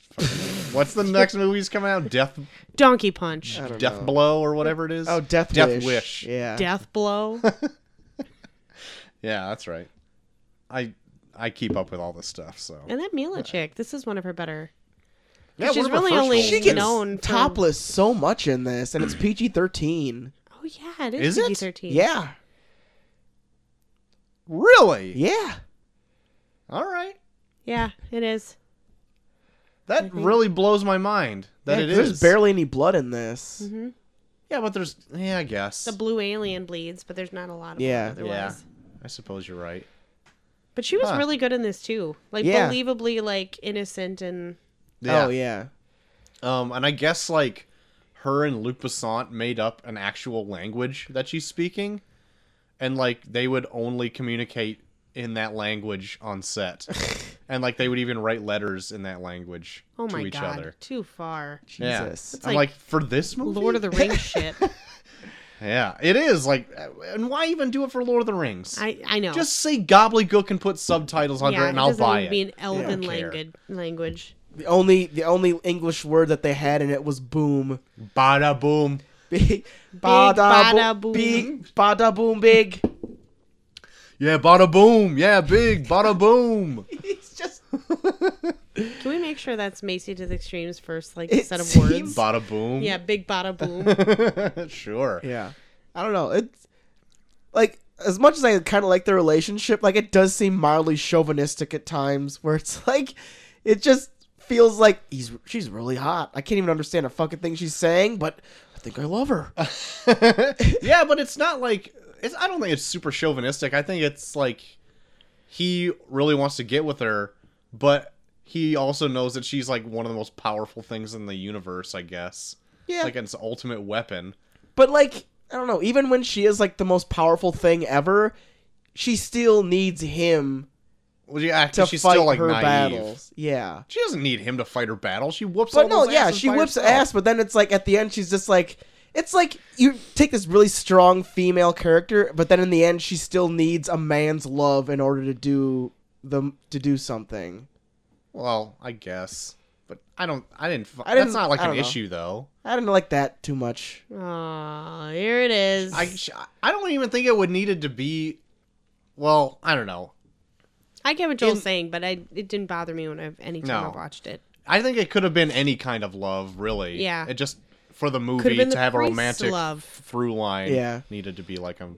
fucking- What's the next movie's coming out? Death Donkey Punch. don't Death know. Blow or whatever it is? Oh, Death, Death Wish. Wish. Yeah. Death Blow. Yeah, that's right. I I keep up with all this stuff, so and that Mila chick. This is one of her better. yeah, she's we're really professionals. only- she gets known for- topless so much in this, and it's PG thirteen. Oh yeah, it Is is, it? PG thirteen. Yeah, really yeah. all right. Yeah, it is. That Mm-hmm. really blows my mind that Yeah, it 'cause There's is barely any blood in this. Mm-hmm. Yeah, but there's yeah, I guess. The blue alien bleeds, but there's not a lot of Yeah. yeah, yeah, otherwise. I suppose you're right. But she was Huh. really good in this too. Like Yeah. believably like innocent and Oh yeah, Um, and I guess like her and Luc Besant made up an actual language that she's speaking, and like they would only communicate in that language on set, and like they would even write letters in that language oh to my each god, other. too far. Yeah. Jesus. It's I'm like like, for this movie, Lord of the Rings shit. Yeah, it is like, and why even do it for Lord of the Rings? I I know. just say gobbledygook and put subtitles under it, and I'll doesn't buy even it. Be an elven care. language. Language. The only the only English word that they had in it was boom. Bada boom. Big bada bo- boom. Big bada boom. Big. Yeah, bada boom. Yeah, big bada boom. It's just Can we make sure that's Macy to the Extreme's first like It set of seems- words? bada boom. Yeah, big bada boom. sure. yeah. I don't know. It's like as much as I kind of like their relationship, like it does seem mildly chauvinistic at times, where it's like it just feels like he's she's really hot. I can't even understand a fucking thing she's saying, but I think I love her. yeah, but it's not like it's. I don't think it's super chauvinistic. I think it's like he really wants to get with her, but he also knows that she's like one of the most powerful things in the universe. I guess. Yeah. Like it's ultimate weapon. But like, I don't know, even when she is like the most powerful thing ever, she still needs him Well, yeah, 'cause to she's fight still like her naive. battles. Yeah. She doesn't need him to fight her battle. She whoops. But all no, those yeah, asses she by whips herself. ass, but then it's like at the end she's just like it's like you take this really strong female character, but then in the end she still needs a man's love in order to do the to do something. Well, I guess, but I don't. I didn't. fi- I didn't- that's not like I an don't know. issue though. I didn't like that too much. Aw, here it is. I sh- I don't even think it would needed to be. Well, I don't know. I get what Joel's In- saying, but I it didn't bother me when I've any time No. I've watched it. I think it could have been any kind of love, really. Yeah. It just for the Could've movie been to the have a priest's romantic love. through line. Yeah. Needed to be like a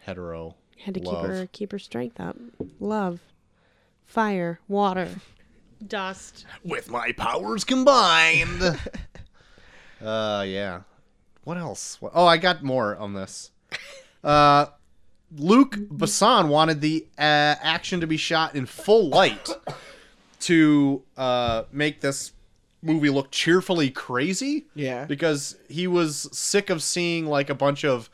hetero. Had to love. keep her keep her strength up. Love, fire, water, dust. with my powers combined. uh, yeah. What else? What- Oh, I got more on this. Uh, Luke Bassan wanted the uh, action to be shot in full light to uh, make this movie look cheerfully crazy. Yeah. Because he was sick of seeing like a bunch of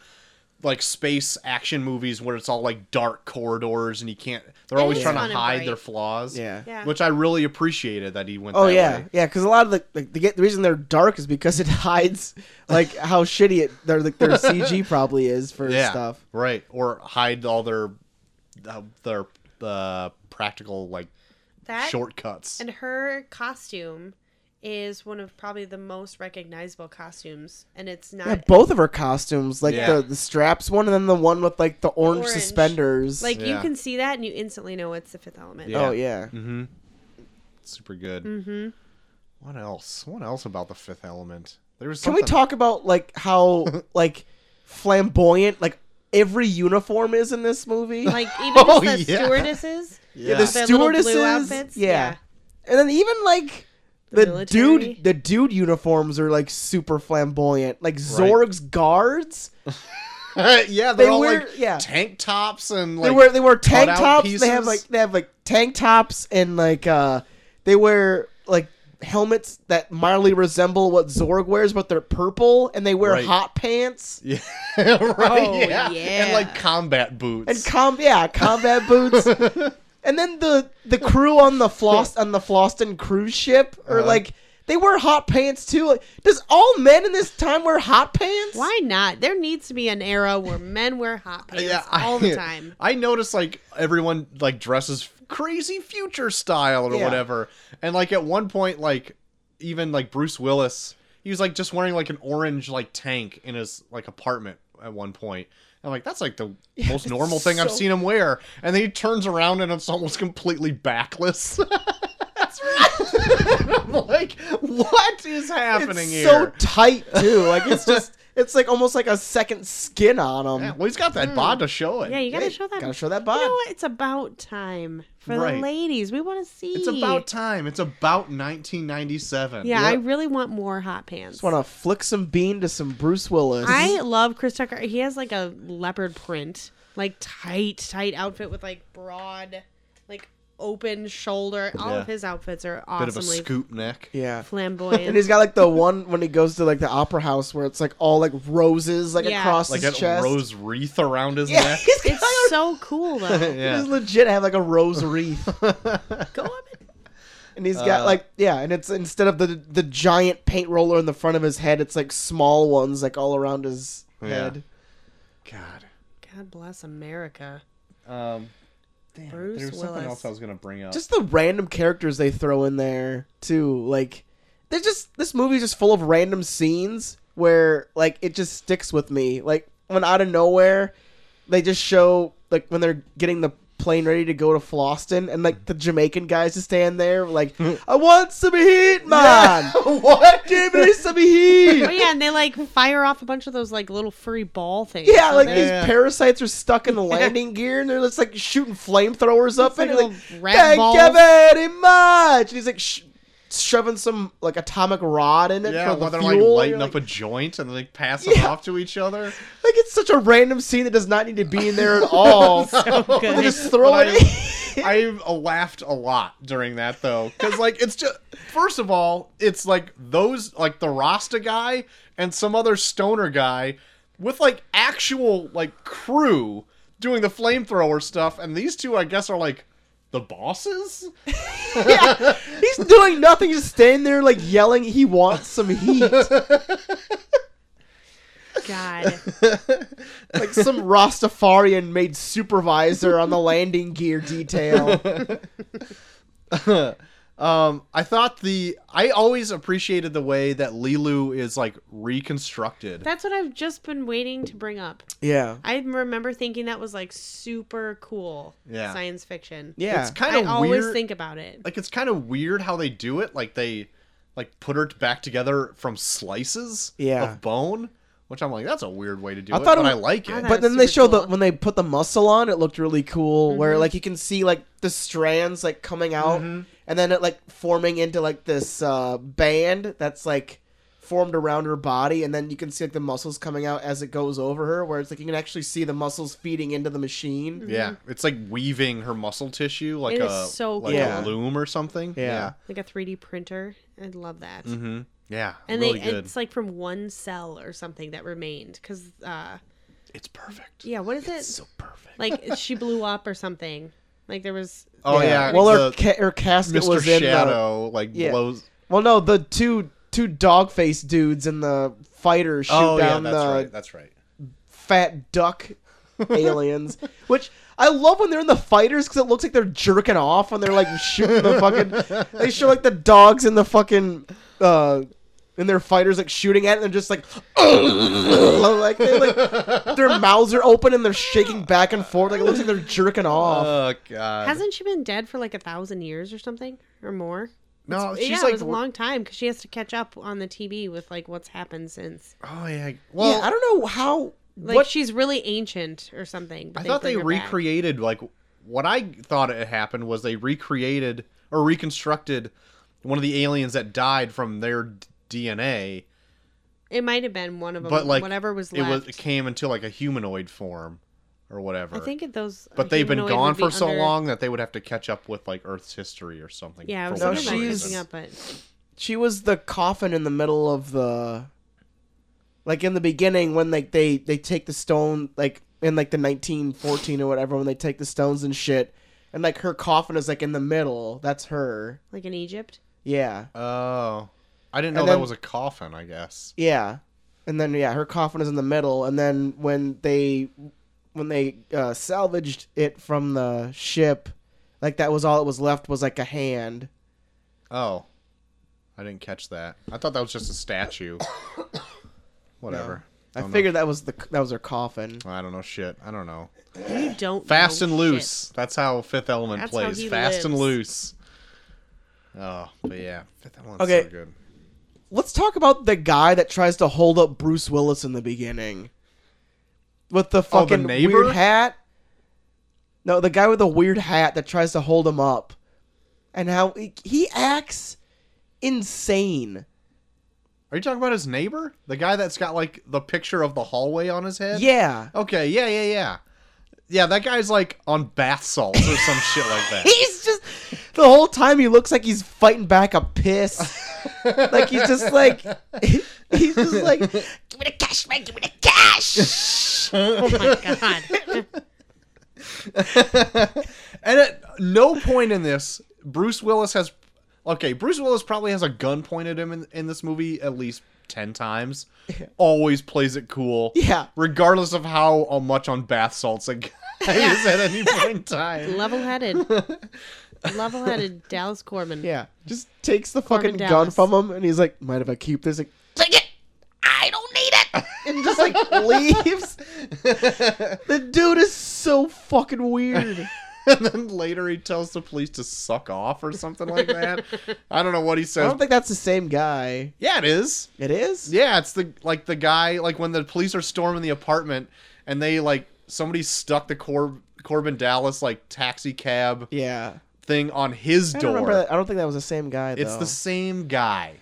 like space action movies where it's all like dark corridors and he can't they're always is trying fun to and hide bright. their flaws. Yeah. Yeah. Which I really appreciated that he went Oh that yeah, way. yeah. Because a lot of the like, the, the reason they're dark is because it hides like how shitty it their like, their CG probably is for yeah, stuff. Right, or hide all their uh, their uh, practical like That shortcuts. and her costume is one of probably the most recognizable costumes, and it's not Yeah, both of her costumes, like Yeah. the, the straps one, and then the one with like the orange, Orange. suspenders. like you Yeah. can see that and you instantly know it's the Fifth Element. Yeah. oh yeah, mm-hmm. Super good. Mm-hmm. What else? What else about the Fifth Element? There was can we something- talk about like how like flamboyant like every uniform is in this movie? Like even Oh, just the yeah. stewardesses, Yeah. the The their little blue stewardesses, outfits, yeah. yeah. and then even like The the military. dude, the dude uniforms are like super flamboyant. Like Zorg's guards, yeah, they're They all wear- like yeah. tank tops and like they wear they wear tank cutout tops. They have pieces. like they have like tank tops and like uh they wear like helmets that mildly resemble what Zorg wears, but they're purple and they wear Right. hot pants yeah, right, Oh, yeah. and yeah. like combat boots. and com yeah combat boots. and then the the crew on the floss on the Floston cruise ship or Uh-huh. like. They wear hot pants too. Like, does all men in this time wear hot pants? Why not? There needs to be an era where men wear hot pants I- all the time. I noticed like everyone like dresses crazy future style or Yeah. whatever, and like at one point, like even like Bruce Willis, he was like just wearing like an orange like tank in his like apartment at one point. I'm like, that's like the most normal thing I've so- seen him wear, and then he turns around and it's almost completely backless. I'm like, what is happening it's here? so tight too. Like it's just it's like almost like a second skin on them. Yeah, well, he's got that bod to show it. Yeah, you gotta show that. Gotta show that you bod. know what? It's about time for the Right. ladies. We want to see. It's about time. It's about 1997. Yeah, Yep. I really want more hot pants. Just want to flick some bean to some Bruce Willis. I love Chris Tucker. He has like a leopard print, like tight, tight outfit with like broad, like open shoulder. All Yeah. of his outfits are Bit of a awesomely scoop neck. yeah. flamboyant. And he's got like the one when he goes to like the opera house where it's like all like roses like Yeah. across Like his a chest. rose wreath around his yeah, neck. he's got it's so cool though. he just Yeah. legit have like a rose wreath, Go on. it. and he's got Uh, like yeah, and it's instead of the the giant paint roller in the front of his head, it's like small ones like all around his Yeah. head. God. God bless America. Um, damn. Bruce there was something Willis. else I was going to bring up. just the random characters they throw in there too like they're just this movie's just full of random scenes where like it just sticks with me like when out of nowhere they just show like when they're getting the plane ready to go to Floston and like the Jamaican guys just stand there like I want some heat man what? give me some heat Oh yeah, and they like fire off a bunch of those like little furry ball things. yeah don't like they? these Yeah. parasites are stuck in the landing gear and they're just like shooting flamethrowers up It's like and like little rat Thank balls. you very much. And he's like sh- shoving some like atomic rod in it Yeah, for while the they're fuel. like lighting You're up a like, joint and they like, pass it Yeah. off to each other. like, it's such a random scene that does not need to be in there at all. They just throw But it. in. I, I laughed a lot during that though, because like it's just first of all, it's like those like the Rasta guy and some other stoner guy with like actual like crew doing the flamethrower stuff, and these two I guess are like the bosses. yeah, he's doing nothing, just standing there like yelling. He wants some heat. God. like some Rastafarian made supervisor on the landing gear detail. Um, I thought the I always appreciated the way that Lilu is like reconstructed. That's what I've just been waiting to bring up. Yeah, I remember thinking that was like super cool Yeah. science fiction. yeah. It's kind I of always weird. think about it. like it's kind of weird how they do it like they like put her back together from slices Yeah. of bone which i'm like that's a weird way to do I it thought but it i was- like it I but That was then they super show the cool. Mm-hmm. when they put the muscle on, it looked really cool. Where like you can see like the strands like Mm-hmm. coming out, and then it like forming into like this uh, band that's like formed around her body, and then you can see like the muscles coming out as it goes over her, where it's like you can actually see the muscles feeding into the Mm-hmm. machine. Yeah, it's like weaving her muscle tissue like It a is so like Yeah. a loom or something. Yeah. like a 3D printer. I love that. Yeah. hmm Yeah. And really they, good. it's like from one cell or something that remained. Cause, uh, It's perfect. yeah, what is it? perfect. like she blew up or something. Like there was. oh yeah. Well, her the ca- her casket Mr. was in the. Shadow like Yeah. blows. Well, no, the two two dog face dudes and the fighter shoot Oh yeah, down that's the right. That's right. fat duck aliens. Which I love when they're in the fighters because it looks like they're jerking off when they're like shooting the fucking. They show like the dogs in the fucking. Uh, and their fighters like shooting at it and they're just like, like, they, like their mouths are open and they're shaking back and forth like it looks like they're jerking off. Oh god. Hasn't she been dead for like a thousand years or something or more? no, she's yeah, like. it was a long time because she has to catch up on the TV with like what's happened since. oh yeah. Well, yeah, I don't know how. Like what she's really ancient or something. but I thought bring they her back. recreated like what I thought it happened was they recreated or reconstructed one of the aliens that died from their d- DNA, It might have been one of them, but like whatever was it left. was it came into like a humanoid form or whatever. I think it those. but they've been humanoid would gone be for so under- long that they would have to catch up with like Earth's history or something. Yeah, I for was No, thinking about whatever she's- catching reason. up, but she was the coffin in the middle of the like in the beginning when like they they take the stone like in like the 1914 or whatever when they take the stones and shit and like her coffin is like in the middle that's her like in Egypt. yeah Oh, I didn't know And that then- was a coffin. I guess. yeah and then yeah her coffin is in the middle and then when they when they uh, salvaged it from the ship like that was all that was left was like a hand Oh, I didn't catch that. I thought that was just a statue. whatever. i Don't know. figured that was the that was her coffin I don't know shit. I don't know. You don't Fast know and shit. loose. That's how Fifth Element That's how plays. he Fast and lives. loose. Oh, but yeah, Fifth Element's Okay. so good. let's talk about the guy that tries to hold up Bruce Willis in the beginning with the Oh, the fucking neighbor? weird hat. No, the guy with the weird hat that tries to hold him up, and how he, he acts insane. Are you talking about his neighbor? The guy that's got like the picture of the hallway on his head? Yeah, Okay. Yeah. Yeah. Yeah. Yeah. That guy's like on bath salts or some shit like that. he's just the whole time he looks like he's fighting back a piss. like he's just like he's just like give me the cash, man, give me the cash. Oh my god. And at no point in this, Bruce Willis has. Okay, Bruce Willis probably has a gun pointed at him in, in this movie at least 10 times. Always plays it cool. Yeah. Regardless of how uh, much on bath salts a guy is at any point in time. Level-headed. Level-headed Dallas Corbin. Yeah, just takes the Corbin fucking gun Dallas. from him, and he's like, "Mind if I keep this?" Like, Take it. I don't need it. and just like leaves. the dude is so fucking weird. and then later he tells the police to suck off or something like that. I don't know what he I says. don't think that's the same guy. yeah, it is. It is. Yeah, it's the like the guy like when the police are storming the apartment and they like somebody stuck the Cor- Corbin Dallas like taxi cab Yeah. thing on his I don't remember. door. That. I don't think that was the same guy. It's though. the same guy.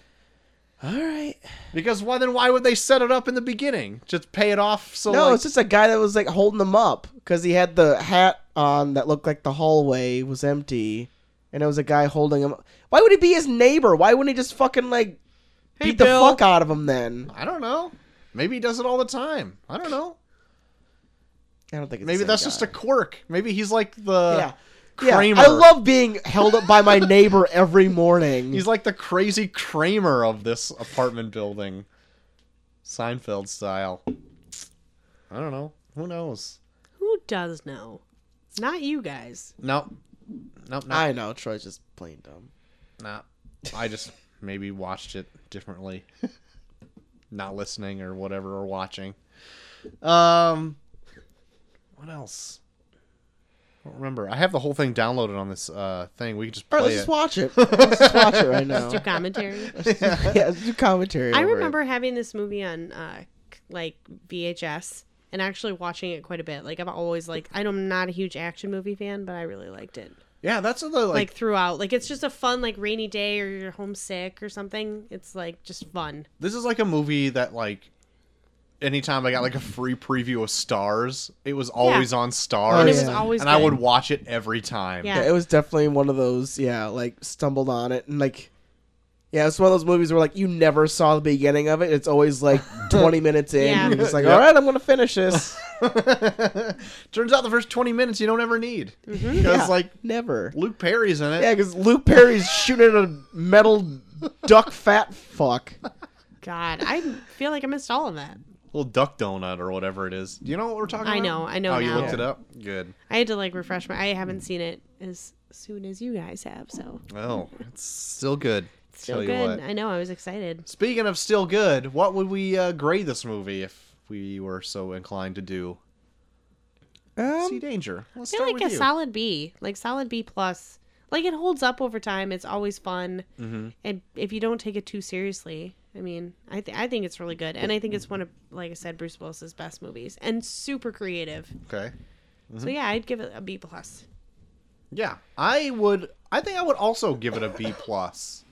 All right. Because why then why would they set it up in the beginning? Just pay it off so No, like, it's just a guy that was like holding them up because he had the hat on that looked like the hallway was empty, and it was a guy holding him. Why would he be his neighbor? Why wouldn't he just fucking like Hey, beat Bill. the fuck out of him then? I don't know. Maybe he does it all the time. I don't know. I don't think. It's Maybe the same that's guy. just a quirk. Maybe he's like the Yeah. Kramer. Yeah, I love being held up by my neighbor every morning. He's like the crazy Kramer of this apartment building. Seinfeld style. I don't know. Who knows? Who does know? Not you guys. No. No, no, I know Troy's just plain dumb. no. I just maybe watched it differently. Not listening or whatever or watching. Um what else? I don't remember. I have the whole thing downloaded on this uh thing. We can just All play right, let's it. just watch it. Let's just watch it right now. Do commentary. yeah, let's do commentary. I over it. remember having this movie on uh, c- like VHS and actually watching it quite a bit. Like I've always like I'm not a huge action movie fan, but I really liked it. Yeah, that's what the like like. throughout. Like it's just a fun like rainy day or you're homesick or something. It's like just fun. This is like a movie that like. Anytime I got like a free preview of Stars, it was always on Stars, And it was always and I would good. watch it every time. Yeah. Yeah, it was definitely one of those. Yeah, like stumbled on it and like, yeah, it's one of those movies where like you never saw the beginning of it. It's always like twenty minutes in. Yeah. You're just like, Yep. all right, I'm gonna finish this. Turns out the first twenty minutes you don't ever need because Mm-hmm. Yeah. like never. Luke Perry's in it. Yeah, because Luke Perry's shooting a metal duck fat fuck. God, I feel like I missed all of that. little duck donut or whatever it is. Do you know what we're talking I about? know, I know Oh, you now. looked it up. Good. I had to like refresh my. I haven't seen it as soon as you guys have, so Oh, it's still good. it's still Tell good. You what. I know. I was excited. Speaking of still good, what would we uh, grade this movie if we were so inclined to do? See Um, danger. Let's I feel start like with a you. solid B, like solid B plus. Like it holds up over time. It's always fun, Mm-hmm. and if you don't take it too seriously, I mean, I th- I think it's really good, and I think it's one of, like I said, Bruce Willis's best movies, and super creative. okay. Mm-hmm. So yeah, I'd give it a B plus. Yeah, I would. I think I would also give it a B plus.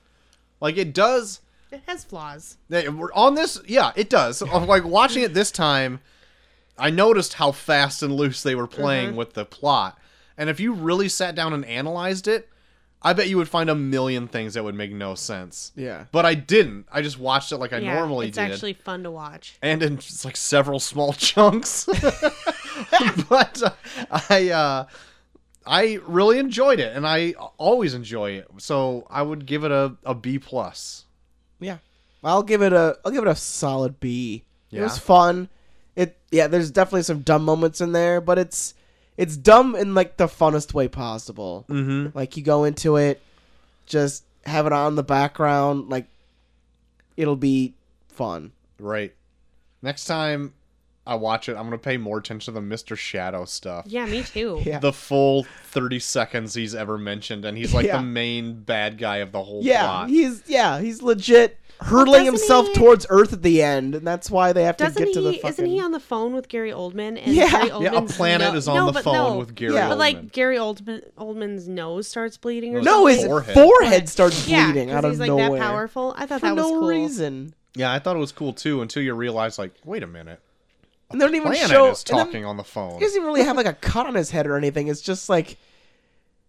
Like it does. It has flaws. They- we're On this, yeah, it does. Of, Like watching it this time, I noticed how fast and loose they were playing Mm-hmm. with the plot. And if you really sat down and analyzed it, I bet you would find a million things that would make no sense. yeah. But I didn't. I just watched it like I yeah, normally it's did, actually fun to watch. and in just, like several small chunks. but uh, I, uh, I really enjoyed it, and I always enjoy it. So I would give it a, a B plus. Yeah. I'll give it a I'll give it a solid B. It Yeah. was fun. It yeah, there's definitely some dumb moments in there, but it's it's dumb in like the funnest way possible. Mm-hmm. Like you go into it, just have it on in the background, like it'll be fun. Right. Next time I watch it, I'm gonna pay more attention to the Mr. Shadow stuff. Yeah, me too. Yeah. The full 30 seconds he's ever mentioned, and he's like Yeah. the main bad guy of the whole Yeah, plot. he's yeah, he's legit hurtling doesn't himself he- towards Earth at the end, and that's why they have to Doesn't get to the he? fucking. Isn't he on the phone with Gary Oldman? And Yeah. Gary yeah, a Oldman's planet no- is on no, the but phone no. with Gary. Yeah. Oldman. But like Gary Oldman, Oldman's nose starts bleeding or No, no, something. his forehead, Forehead. starts yeah, bleeding 'cause out of he's like nowhere that powerful. I thought for that was no cool. reason. yeah, I thought it was cool too until you realize, like, wait a minute, And they don't even planet show. is and then- talking on the phone. He doesn't even really have like a cut on his head or anything. It's just like,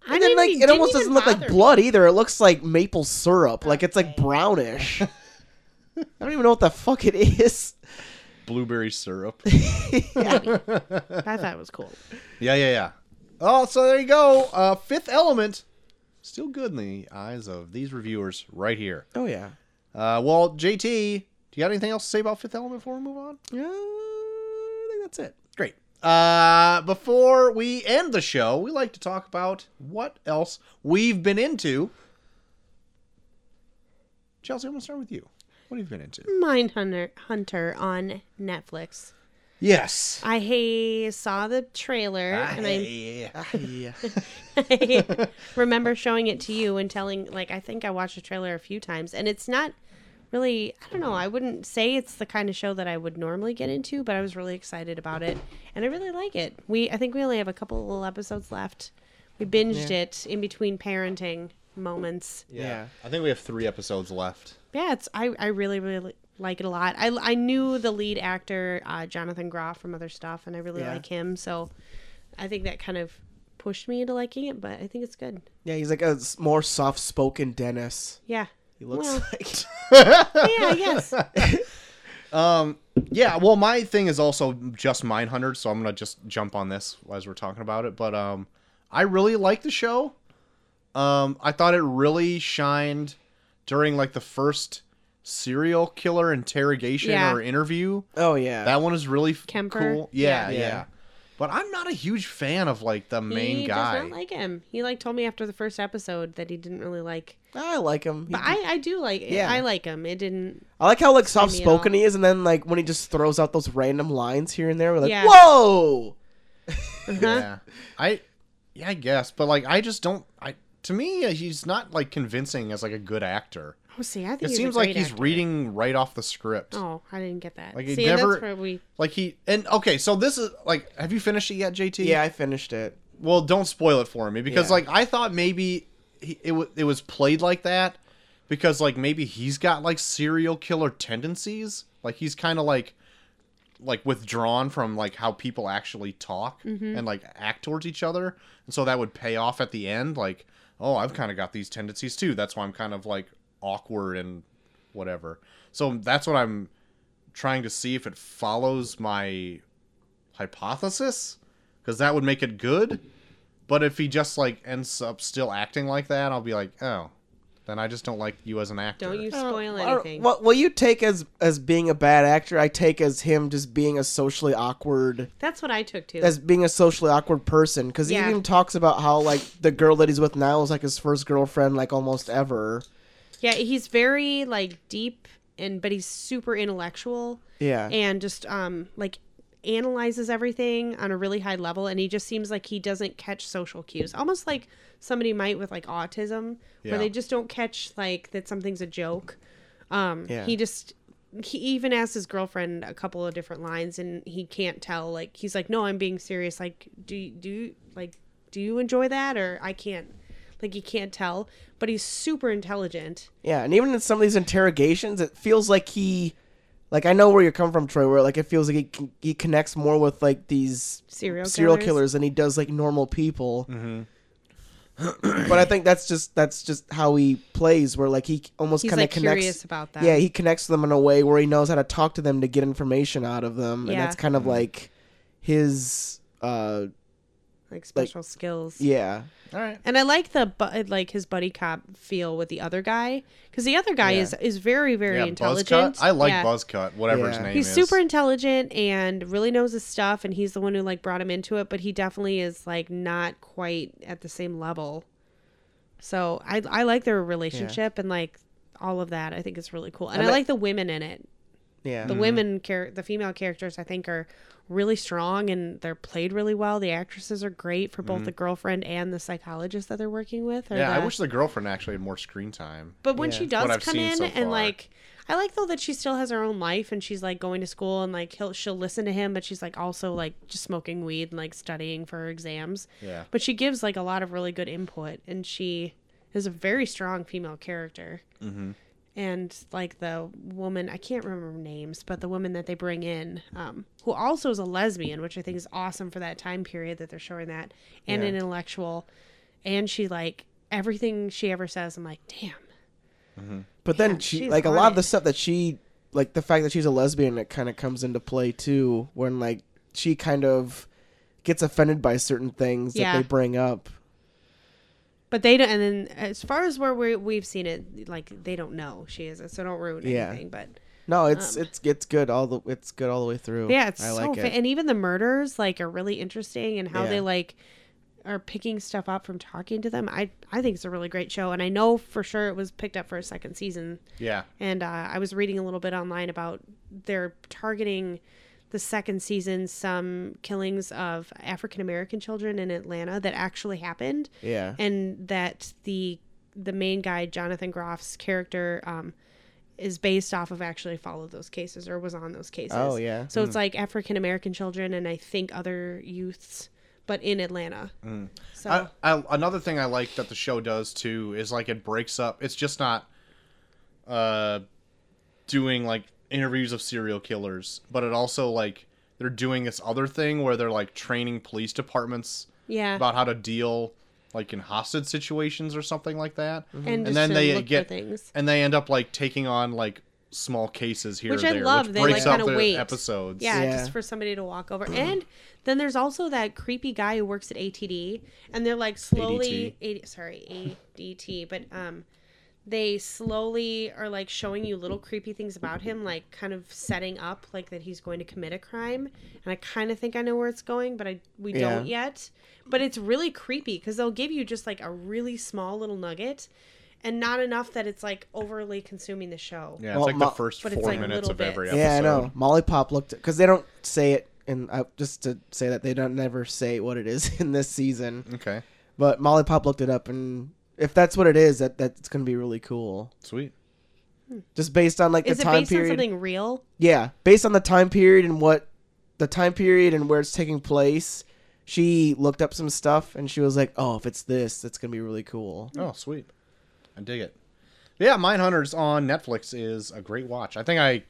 I and then mean, like he it didn't almost even doesn't look like bother me. blood either. It looks like maple syrup. Like it's like brownish. I don't even know what the fuck it is. Blueberry syrup. I thought it was cool. yeah, yeah, yeah. Oh, so there you go. Uh, Fifth Element, still good in the eyes of these reviewers right here. Oh yeah. Uh, well, JT, do you got anything else to say about Fifth Element before we move on? Uh, Yeah, I think that's it. Great. Uh, before we end the show, we like to talk about what else we've been into. Chelsea, I'm gonna start with you. What have you been into? Mindhunter Hunter on Netflix. Yes. I hey, saw the trailer and I yeah. Yeah. remember showing it to you and telling like I think I watched the trailer a few times and it's not really I don't know, I wouldn't say it's the kind of show that I would normally get into, but I was really excited about it and I really like it. We I think we only have a couple of little episodes left. We binged it in between parenting moments. Yeah. I think we have three episodes left. Yeah, it's I, I really really like it a lot. I, I knew the lead actor uh, Jonathan Groff from other stuff, and I really Yeah. like him. So I think that kind of pushed me into liking it. But I think it's good. Yeah, he's like a s- more soft-spoken Dennis. Yeah. He looks Well, like. yeah. I guess. Yeah, well, my thing is also just Mindhunter, so I'm gonna just jump on this as we're talking about it. But um, I really like the show. Um, I thought it really shined during like the first serial killer interrogation Yeah. or interview. Oh yeah. That one is really f- Kemper? cool. Yeah, Yeah. yeah, But I'm not a huge fan of like the main he guy. does not like him. He like told me after the first episode that he didn't really like. I like him. He- But I I do like. Yeah. Yeah. I like him. It didn't. I like how like soft spoken all. he is, and then like when he just throws out those random lines here and there, we're like, Yeah. "Whoa!" Uh-huh. yeah, I, yeah, I guess. But like, I just don't. I to me, uh, he's not like convincing as like a good actor. Oh, see, I think It he's a seems like great he's actor. reading right off the script. Oh, I didn't get that. Like, he see, never- that's where we. Like he and okay, so this is like have you finished it yet, JT? Yeah, I finished it. Well, don't spoil it for me because Yeah. like I thought maybe he, it wa it was played like that because like maybe he's got like serial killer tendencies. Like he's kind of like like withdrawn from like how people actually talk Mm-hmm. and like act towards each other, and so that would pay off at the end. Like, oh, I've kind of got these tendencies too. That's why I'm kind of like awkward and whatever. So that's what I'm trying to see if it follows my hypothesis because that would make it good. But if he just like ends up still acting like that, I'll be like, oh, then I just don't like you as an actor. Don't you spoil Or- anything. What what you take as as being a bad actor, I take as him just being a socially awkward That's what I took too. as being a socially awkward person because Yeah. he even talks about how like the girl that he's with now is like his first girlfriend like almost ever. yeah, he's very like deep and but he's super intellectual Yeah. and just um like analyzes everything on a really high level and he just seems like he doesn't catch social cues. Almost like somebody might with like autism Yeah. where they just don't catch like that something's a joke. Um Yeah. he just he even asked his girlfriend a couple of different lines and he can't tell like he's like no i'm being serious like do do you like do you enjoy that or i can't like he can't tell but he's super intelligent Yeah, and even in some of these interrogations, it feels like he, like I know where you're coming from, Troy. Where like it feels like he con- he connects more with like these Serial killers. killers. than he does like normal people. but I think that's just that's just how he plays. Where like he almost He's, kind of like, connects. curious about that. Yeah, he connects them in a way where he knows how to talk to them to get information out of them, and Yeah. that's kind of like his. uh like special skills Yeah, All right. and i like the bu- like his buddy cop feel with the other guy because the other guy Yeah. is is very very Yeah, intelligent Buzzcut. I like Yeah. Buzzcut, whatever his Yeah. name he's is. super intelligent and really knows his stuff and he's the one who like brought him into it but he definitely is like not quite at the same level so i i like their relationship and like all of that i think is really cool and, And i that- like the women in it yeah. Mm-hmm. the women char- the female characters i think are really strong and they're played really well the actresses are great for both the girlfriend and the psychologist that they're working with or Mm-hmm. Yeah, I the- wish the girlfriend actually had more screen time. but when Yeah. she What does I've come seen in so far. and like, I like though that she still has her own life and she's like going to school and like he'll she'll listen to him, but she's like also like just smoking weed and like studying for her exams. Yeah. But she gives like a lot of really good input and she is a very strong female character. Mm-hmm. And like the woman, I can't remember names, but the woman that they bring in, um, who also is a lesbian, which I think is awesome for that time period that they're showing that, and Yeah. an intellectual, and she like everything she ever says, I'm like, damn. But then Man, she she's like a lot hot. of the stuff that she like the fact that she's a lesbian it kind of comes into play too when like she kind of gets offended by certain things Yeah. that they bring up. But they don't. And then, as far as where we we've seen it, like they don't know she is it, so don't ruin Yeah. anything. But No, it's it's it's good all the it's good all the way through. Um, yeah, it's I so. like fa- it. and even the murders like are really interesting and how Yeah. they like are picking stuff up from talking to them. I I think it's a really great show, and I know for sure it was picked up for a second season. Yeah. And uh, I was reading a little bit online about they're targeting the second season some killings of African American children in Atlanta that actually happened. Yeah. and that the the main guy Jonathan Groff's character um, is based off of actually followed those cases or was on those cases. Oh, yeah. So Hmm. it's like African American children and I think other youths, but in Atlanta. So Hmm. I, I, another thing I like that the show does too is like it breaks up. It's just not uh, doing like interviews of serial killers, but it also like they're doing this other thing where they're like training police departments yeah, about how to deal like in hostage situations or something like that. and, just and then to they look get for things. and they end up like taking on like small cases here Which or I there, love. which They, breaks like, up kinda the wait. episodes. Yeah, Yeah. just for somebody to walk over. And then there's also that creepy guy who works at ATD, and they're like slowly, AD, sorry, ADT, but um, they slowly are like showing you little creepy things about him, like kind of setting up like that he's going to commit a crime. And I kind of think I know where it's going, but I we don't yet. But it's really creepy because they'll give you just like a really small little nugget. And not enough that it's like overly consuming the show. Yeah, it's Well, like mo- the first But four it's, like, minutes little of every bits. episode. yeah, I know. Molly Pop looked because they don't say it, and I, just to say that they don't never say what it is in this season. Okay, But Molly Pop looked it up, and if that's what it is, that that's gonna be really cool. sweet. Just based on like Is the it time based period. on something real? Yeah, based on the time period and what the time period and where it's taking place, she looked up some stuff and she was like, "Oh, if it's this, that's gonna be really cool." Oh, sweet. I dig it. Yeah, Mindhunters on Netflix is a great watch. I think I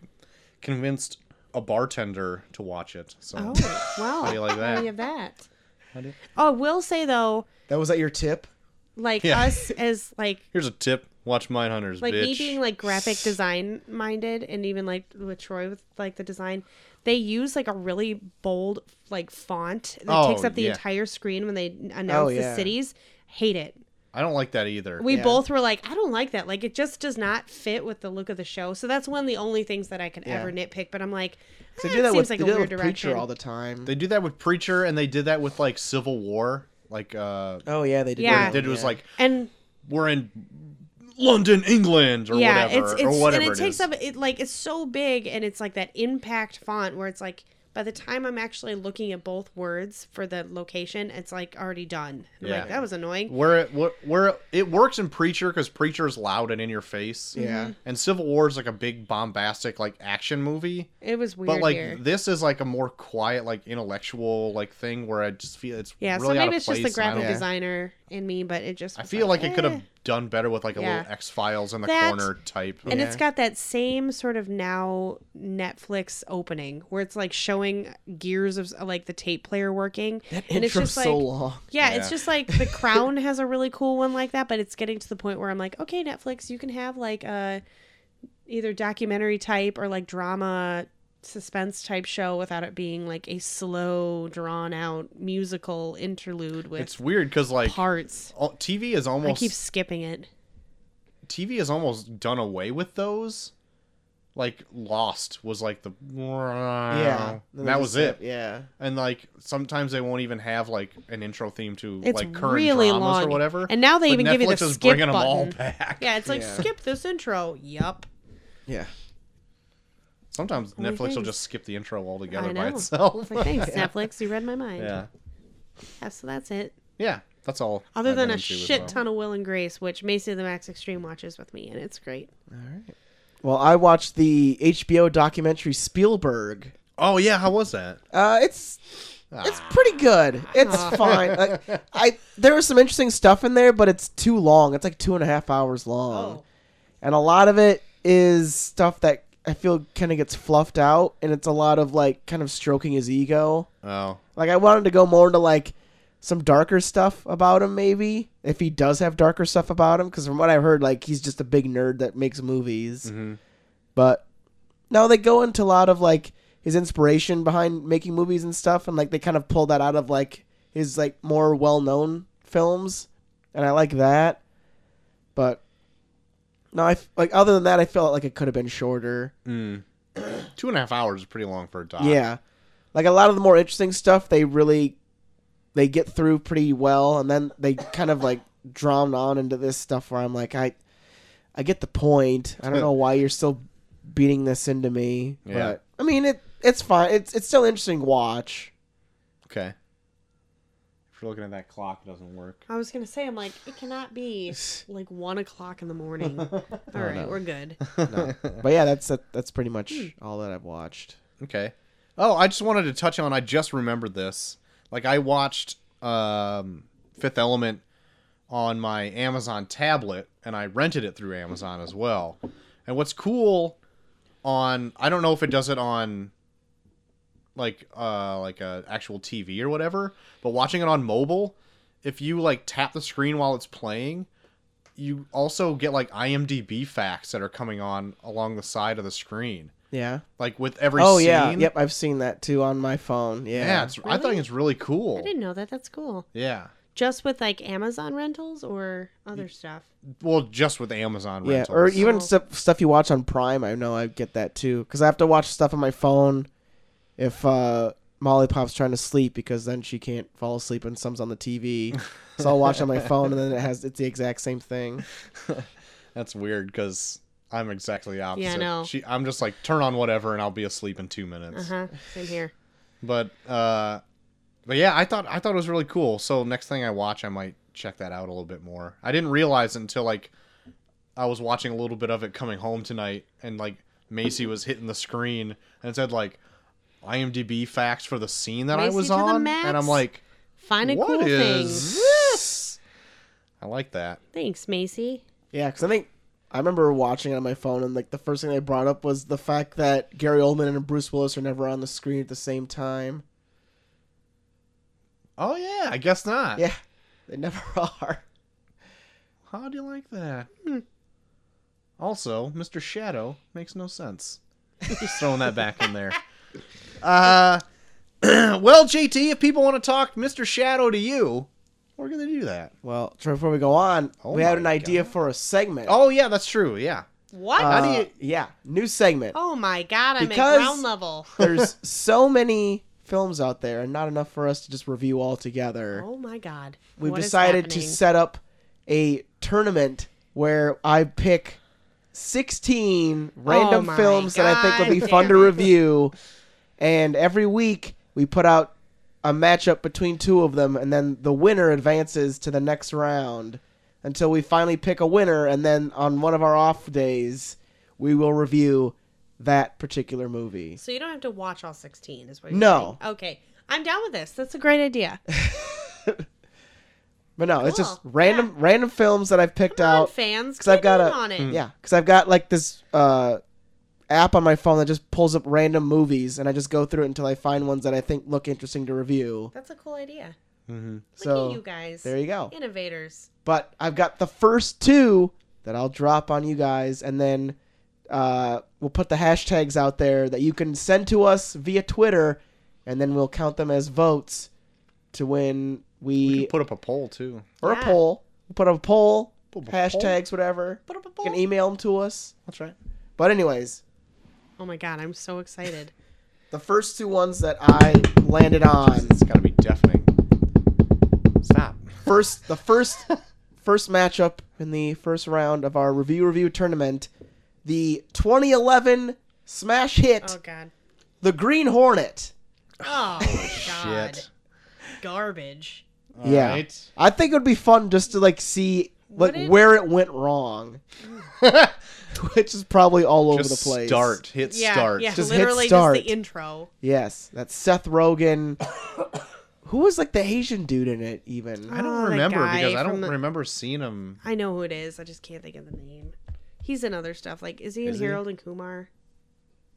convinced a bartender to watch it. So Oh, wow. How do you like that? How do you have that? Oh, I will say though, That was at your tip. like Yeah. us as like here's a tip. Watch Mindhunters, like bitch. me being like graphic design minded and even like with Troy with like the design, they use like a really bold like font that Oh, takes up the yeah. entire screen when they n- Oh, announce yeah. the cities. Hate it. I don't like that either. We Yeah. both were like, I don't like that. Like it just does not fit with the look of the show. So that's one of the only things that I could Yeah. ever nitpick. But I'm like, They eh, do that seems with, like they a do that weird with direction. Preacher all the time. They do that with Preacher, and they did that with like Civil War. Like uh, oh yeah, they did. that Yeah. one, did it was yeah. like and we're in London, England, or yeah, whatever, it's it's or whatever and it, it takes is. up it like it's so big and it's like that impact font where it's like by the time I'm actually looking at both words for the location, it's like already done. I'm Yeah. like that was annoying. where it where, where it, it works in Preacher because Preacher's loud and in your face. Mm-hmm. Yeah. Mhm. and Civil War is like a big bombastic like action movie. It was weird. But like here. this is like a more quiet, like intellectual, like thing where I just feel it's yeah, really so out of maybe it's place. just the and I graphic don't- Yeah. designer in me, but it just I was feel like it could eh. have done better with like a Yeah. little X Files in the That- corner type. And Yeah. it's got that same sort of now Netflix opening where it's like showing gears of like the tape player working. and it's Intro's just like so long. Yeah, Yeah. it's just like The Crown has a really cool one like that, but it's getting to the point where I'm like, okay, Netflix, you can have like a either documentary type or like drama suspense type show without it being like a slow, drawn out musical interlude with It's weird because like parts. all- TV is I almost keep skipping it. TV is almost done away with those. Like Lost was like the Yeah, yeah, Then that they was just it. kept- Yeah, And like sometimes they won't even have like an intro theme to It's like current really dramas long. or whatever. And now they But even give you the Netflix is skip bringing them all button. back. Yeah, it's like Yeah. skip this intro. Yup. yeah. Sometimes Only Netflix will things. just skip the intro altogether I by know. itself. Like, thanks, Netflix. You read my mind. yeah. Yeah, so that's it. Yeah, that's all. Other I've than been a into as shit well. ton of Will and Grace, which Macy the Max Extreme watches with me, and it's great. Well, I watched the HBO documentary Spielberg. Oh yeah, how was that? Uh, it's it's pretty good. It's fine. Like, I there was some interesting stuff in there, but it's too long. It's like two and a half hours long, Oh. and a lot of it is stuff that I feel kind of gets fluffed out, and it's a lot of like kind of stroking his ego. Oh, Like I wanted to go more into like some darker stuff about him, maybe if he does have darker stuff about him, because from what I've heard, like he's just a big nerd that makes movies. But no, they go into a lot of like his inspiration behind making movies and stuff, and like they kind of pull that out of like his like more well known films, and I like that. But no, I f- like other than that, I felt like it could have been shorter. hmm. two and a half hours is pretty long for a doc. Yeah. Like a lot of the more interesting stuff they really they get through pretty well and then they kind of like drown on into this stuff where I'm like I I get the point. I don't know why you're still beating this into me. Yeah. But I mean it it's fine. It's it's still an interesting watch. Okay. If you're looking at that clock, it doesn't work. Oh, I was gonna say, I'm like, it cannot be like one o'clock in the morning. All right, we're good. But yeah, that's that, that's pretty much all that I've watched. Okay. Oh, I just wanted to touch on. I just remembered this. Like I watched um, Fifth Element on my Amazon tablet, and I rented it through Amazon as well. And what's cool on I don't know if it does it on like uh like a actual TV or whatever, but watching it on mobile, if you like tap the screen while it's playing, you also get like IMDb facts that are coming on along the side of the screen. Yeah. Like with every oh scene. yeah. Yep, I've seen that too on my phone. Yeah. Yeah, it's, I think Really? it's really cool. I didn't know that. That's cool. Yeah. Just with like Amazon rentals or other stuff. Well, just with Amazon Yeah, rentals. or even Oh. stuff, stuff you watch on Prime. I know I get that too because I have to watch stuff on my phone if uh, Molly Pop's trying to sleep because then she can't fall asleep and some's on the TV. so I'll watch on my phone and then it has it's the exact same thing. That's weird because I'm exactly the opposite. know. She, I'm just like turn on whatever and I'll be asleep in two minutes. Uh huh. Same here. But uh, but yeah, I thought I thought it was really cool. So next thing I watch, I might check that out a little bit more. I didn't realize until like I was watching a little bit of it coming home tonight, and like Macy was hitting the screen and it said like IMDb facts for the scene that I Macy was to the on, max. and I'm like, Finding What cool is things. this? I like that. Thanks, Macy. Yeah, because I think I remember watching it on my phone, and like the first thing they brought up was the fact that Gary Oldman and Bruce Willis are never on the screen at the same time. Oh yeah, I guess not. Yeah, they never are. How do you like that? Hmm. Also, Mr. Shadow makes no sense. Just throwing that back in there. Uh, well, JT, if people want to talk Mr. Shadow to you, we're gonna do that. Well, Troy, before we go on, Oh we had my an idea for a segment. Oh yeah, that's true. Yeah. What? Uh, do you- yeah, new segment. oh my god, I'm because- at ground level. There's so many films out there, and not enough for us to just review all together. Oh my god. We've What is decided to happening? set up a tournament where I pick 16 random Oh my films that I think would be God fun to damn it. review. And every week we put out a matchup between two of them, and then the winner advances to the next round until we finally pick a winner. And then on one of our off days, we will review that particular movie. So you don't have to watch all 16 is what you're No. saying. Okay. I'm down with this. That's a great idea. But no, it's just Cool. random random films that I've picked Come on, out. fans. because I've get got in a on Mm. it. yeah, because I've got like this uh, app on my phone that just pulls up random movies, and I just go through it until I find ones that I think look interesting to review. That's a cool idea. Mm-hmm. Look so at you guys. there you go. Innovators. But I've got the first two that I'll drop on you guys, and then uh, we'll put the hashtags out there that you can send to us via Twitter, and then we'll count them as votes to when You we, can put up a poll too. or Yeah. a poll. We'll put up a poll, Put up a poll. hashtags, whatever. Put up a You poll. can email them to us. That's right. But anyways, Oh my god, I'm so excited. The first two ones that I landed on It's gotta be deafening. Stop. first the first first matchup in the first round of our review review tournament, the 2011 smash hit Oh god. The Green Hornet. Oh god. Shit. Garbage. yeah. right. I think it would be fun just to like see like Would it? where it went wrong. Which is probably all over the Just place. start. Hit Yeah. start. Yeah, Just hit literally start. just the intro. Yes, that's Seth Rogen. Who was like the Asian dude in it even? I don't Oh, that remember guy because I from don't the- remember seeing him. I know who it is. I just can't think of the name. He's in other stuff. Like, is he in Is he? Harold and Kumar?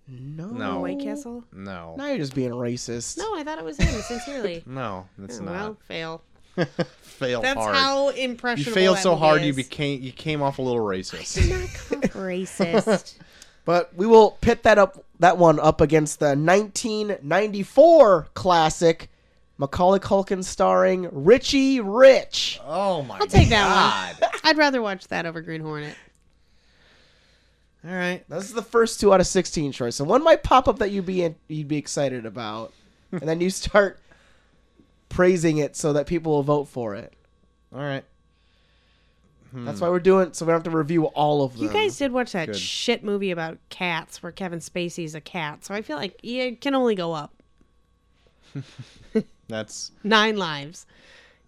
No. No. White Castle? No. Now you're just being racist. No, I thought it was him, sincerely. No, it's Oh, not. Well, fail. fail That's hard. how you impressionable. failed that so movie hard you is. became you came off a little racist. not racist. But we will pit that up that one up against the 1994 classic Macaulay Culkin starring Richie Rich. Oh my I'll take that one. I'd rather watch that over Green Hornet. one. All right. This is the first two out of 16 choice, and one might pop up that you'd be you'd be excited about, and then you start praising it so that people will vote for it. All right. That's why we're doing so we don't have to review all of them. You guys did watch that Good. shit movie about cats where Kevin Spacey's a cat, so I feel like it can only go up. That's Nine lives.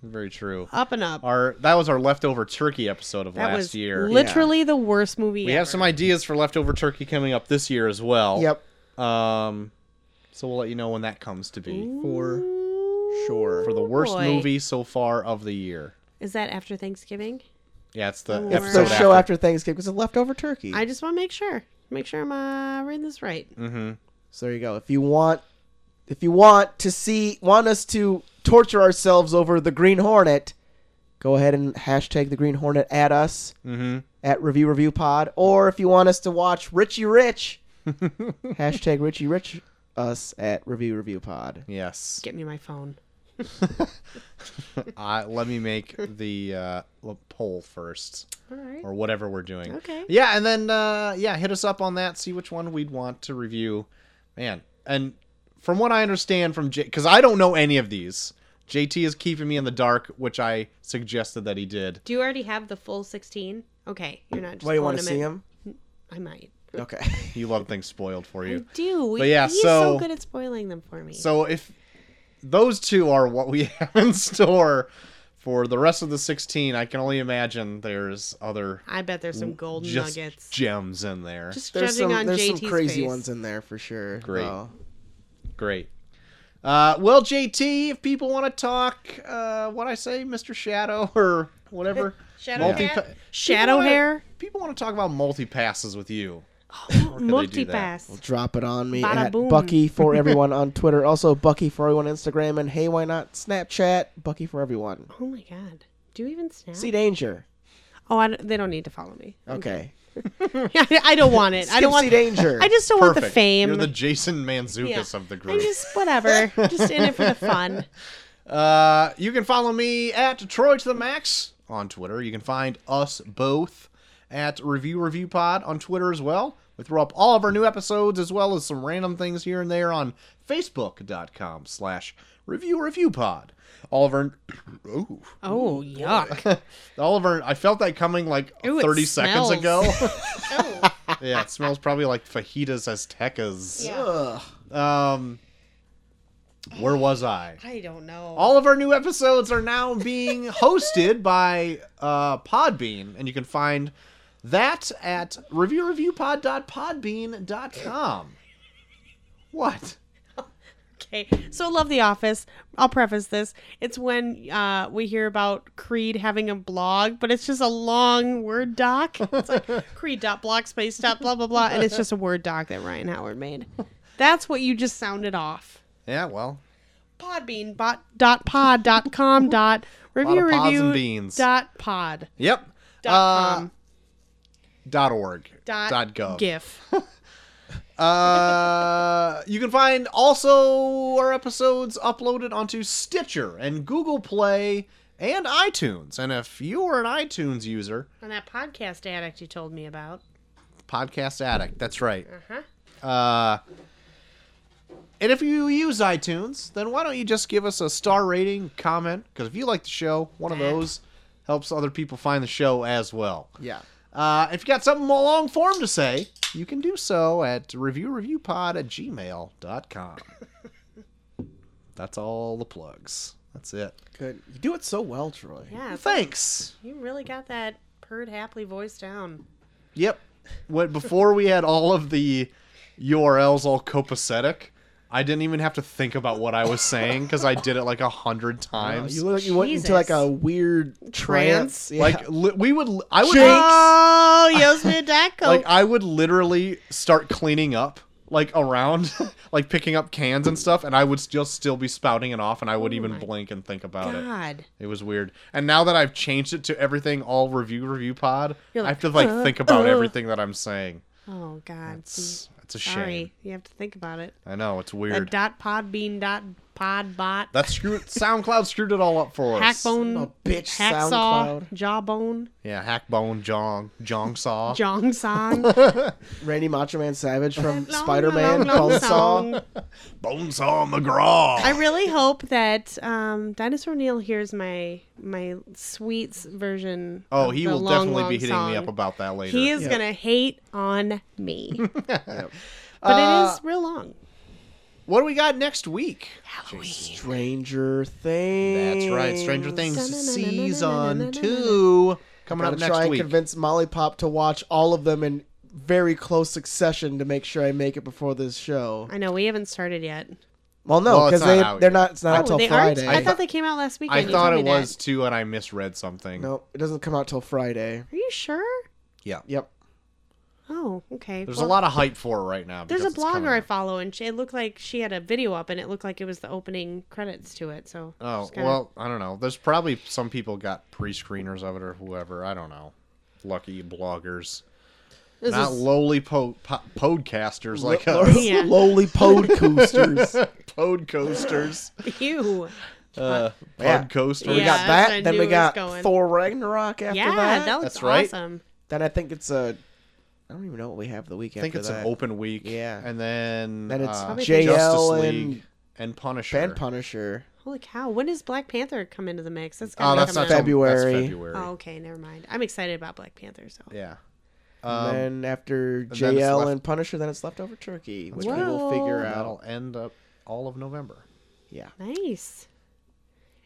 very true. Up and up. Our that was our leftover turkey episode of that last was year. literally the worst movie we ever. have some ideas for leftover turkey coming up this year as well. Yep. Um so we'll let you know when that comes to be. For sure. For the worst boy. movie so far of the year. Is that after Thanksgiving? Yeah, it's the Lord. It's episode the Episode show after. after Thanksgiving was a leftover turkey. I just want to make sure. Make sure I'm uh, reading this right. Mm. So there you go. If you want, if you want to see, want us to torture ourselves over the Green Hornet, go ahead and hashtag the Green Hornet at us at Review Review Pod. Or if you want us to watch Richie Rich, hashtag Richie Rich us at Review Review Pod. Yes. Get me my phone. I let me make the uh, l- poll first, All right. or whatever we're doing. Okay. Yeah, and then uh, yeah, hit us up on that. See which one we'd want to review. Man, and from what I understand from J, because I don't know any of these. JT is keeping me in the dark, which I suggested that he did. Do you already have the full 16? Okay, you're not just What do you want want to see him? I might. Okay. You love things spoiled for I you. do. But yeah, He's so, so- good at spoiling them for me. So if those two are what we have in store for the rest of the 16, I can only imagine there's other I bet there's some golden just nuggets. gems in there. Just There's judging some on there's JT's some crazy face. Oh. ones in there for sure. Great. though. Great. Uh, well, JT, if people want to talk, uh, what I say, Mr. Shadow or whatever. Shadow Multi- Cat? pa- Shadow people wanna- hair? People want to talk about multi passes with you. Multi pass. Drop it on me Bada at boom. Bucky for everyone on Twitter. Also Bucky for everyone Instagram and hey why not Snapchat Bucky for everyone. Oh my god. Do you even snap? See danger. oh, I don't- they don't need to follow me. Okay. I, I don't want it. I Skip don't want see danger. I just don't want the Perfect. fame. You're the Jason Manzukis of the I'm group. just whatever. just in it for the fun. Uh, you can follow me at Troy to the Max on Twitter. You can find us both at Review Review Pod on Twitter as well. We throw up all of our new episodes as well as some random things here and there on Facebook.com slash Review Review Pod. All of our, ooh, Oh yuck. all of our. I felt that coming like Ooh, it thirty seconds smells. ago. oh. yeah, it smells probably like fajitas aztecas. Ugh. Um, where was I? I don't know. All of our new episodes are now being hosted by uh, Podbean, and you can find that at reviewreviewpod.podbean.com. What? Okay, so love The Office. I'll preface this: it's when uh, we hear about Creed having a blog, but it's just a long Word doc. It's like Creed.blogspace. blah blah blah, and it's just a Word doc that Ryan Howard made. That's what you just sounded off. Yeah, well, Podbean bot, dot pod dot com dot review pods review and beans. dot pod yep. dot Uh, com dot org. dot, gov. gif. Uh, you can find also our episodes uploaded onto Stitcher and Google Play and iTunes. And if you are an iTunes user, And that podcast addict you told me about. Podcast Addict. That's right. Uh, and if you use iTunes, then why don't you just give us a star rating, comment? Because if you like the show, one of those helps other people find the show as well. Yeah. Uh, if you got something more long form to say, you can do so at reviewreviewpod at gmail.com. That's all the plugs. That's it. Good. You do it so well, Troy. Yeah, it's like Thanks. you really got that purred happily voice down. Yep. What before we had all of the URLs all copacetic, I didn't even have to think about what I was saying because I did it like a hundred Wow, times. Uh, You look like you went into Jesus. like a weird trance. Trance? Yeah. Like li- we would, I would Oh, Yosmina Daco. like I would literally start cleaning up like around, like picking up cans and stuff, and I would still still be spouting it off, and I would even blink and think about it. Oh God. It was weird. And now that I've changed it to everything all review review pod, You're I like, have to like uh, think about uh. everything that I'm saying. Oh, God. It's, it's a shame. Sorry. You have to think about it. I know it's That weird. dot podbean dot podbot. That screwed SoundCloud screwed it all up for us. son of Hackbone. a bitch, Hacksaw. SoundCloud. Jawbone. Yeah, Hackbone Jong Jong Saw. Jong song. Randy Macho Man Savage from Long, Spider Man, long, long Bonesaw. song. Bone Saw McGraw. I really hope that um, Dinosaur Neil hears my my sweets version. oh, of he the will long, definitely long be hitting song. me up about that later. He is Yeah. gonna hate on me. but it Uh, is real long. What do we got next week? Stranger Things. That's right, Stranger Things Na-na-na-na-na-na-na-na-na. season two coming Gotta up try next and week. convince Molly Pop to watch all of them in very close succession to make sure I make it before this show. I know we haven't started yet. Well, no, Well, because it's not they out they're yet. not. It's not Oh, out till they Friday. aren't. I thought they came out last weekend. I You thought told it me that. was too, and I misread something. no, it doesn't come out till Friday. Are you sure? Yeah, Yep. Oh, okay. there's a Well, lot of hype for it right now. There's a because it's blogger I coming. follow, and she, it looked like she had a video up, and it looked like it was the opening credits to it. So. Oh just kinda- well, I don't know. There's probably some people got pre-screeners of it or whoever. I don't know. Lucky bloggers. This not is- lowly po- po- podcasters like Lo- us. Yeah. Lowly podcoasters. Podcoasters. Ew. Uh, Yeah. podcoasters. We Yeah, got that's where that. I Then knew we it was got going. Thor Ragnarok after Yeah, that. that, looks That's right. awesome. Then I think it's a. I don't even know what we have the week I think after it's that. an open week. Yeah. And then, Then it's uh, Probably Justice JL and League and Punisher. Band Punisher. Holy cow! When does Black Panther come into the mix? That's oh, gotta that's come not out. till- February. That's February. Oh, okay, never mind. I'm excited about Black Panther. So. Yeah. And Um, then after it's JL left- and Punisher, then it's leftover turkey, which we right. will figure out. that'll end up all of November. Yeah. Nice.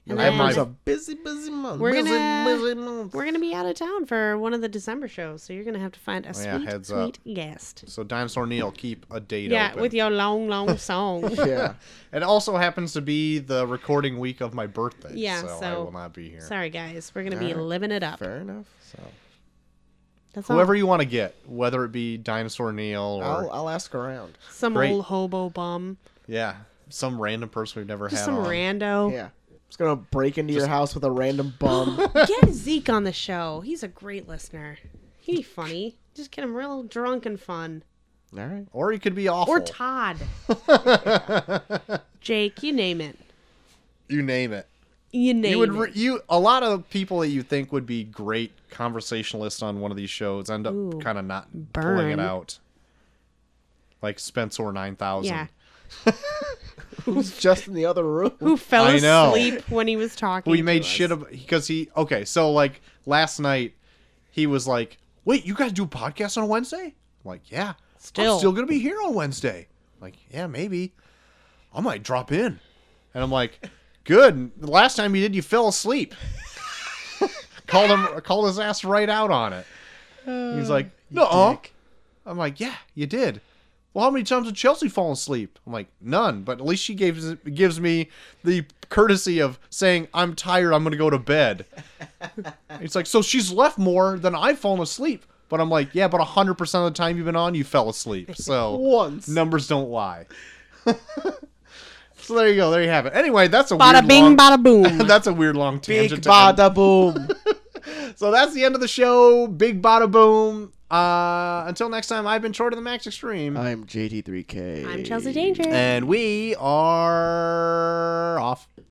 And I have my- November's a busy, busy month. We're busy, gonna- busy month. We're gonna be out of town for one of the December shows, so you're gonna have to find a Oh, sweet, yeah, heads sweet guest. So Dinosaur Neil, keep a date Yeah, open. with your long, long song. yeah. It also happens to be the recording week of my birthday. Yeah, so, I so- will not be here. Sorry, guys, we're gonna be Alright. living it up. Fair enough. So That's all. Whoever you want to get, whether it be Dinosaur Neil or I'll, I'll ask around. some Great. old hobo bum, yeah, some random person we've never just had some on. rando. Yeah. Just gonna break into your house with a random bum. Get Zeke on the show. He's a great listener. He'd be funny. Just get him real drunk and fun. All right. or he could be awful. Or Todd, Jake, you name it. you name it. You name you would it. re- you a lot of people that you think would be great conversationalists on one of these shows end up Ooh, kind of not pulling burn. it out. Like Spencer nine thousand. yeah. Who's just in the other room? Who fell I know. asleep when he was talking? we to made us. shit about because he okay so like last night he was like wait you guys do a podcast on wednesday I'm like yeah Still. I'm still gonna be here on wednesday I'm like yeah maybe i might drop in and i'm like good And the last time you did you fell asleep called him called his ass right out on it he's like no i'm like yeah you did well, how many times did Chelsea fall asleep? I'm like, none. But at least she gives gives me the courtesy of saying, "I'm tired. I'm gonna go to bed." it's like, so she's left more than I've fallen asleep. But I'm like, yeah, but 100 percent of the time you've been on, you fell asleep. So Once. numbers don't lie. so there you go. There you have it. Anyway, that's a Bada weird bing, long, bada boom. that's a weird long Big tangent. to end. bada boom. So that's the end of the show. Big bada boom. Uh, until next time, I've been short of the Max Extreme. I'm JT3K. I'm Chelsea Danger. And we are off.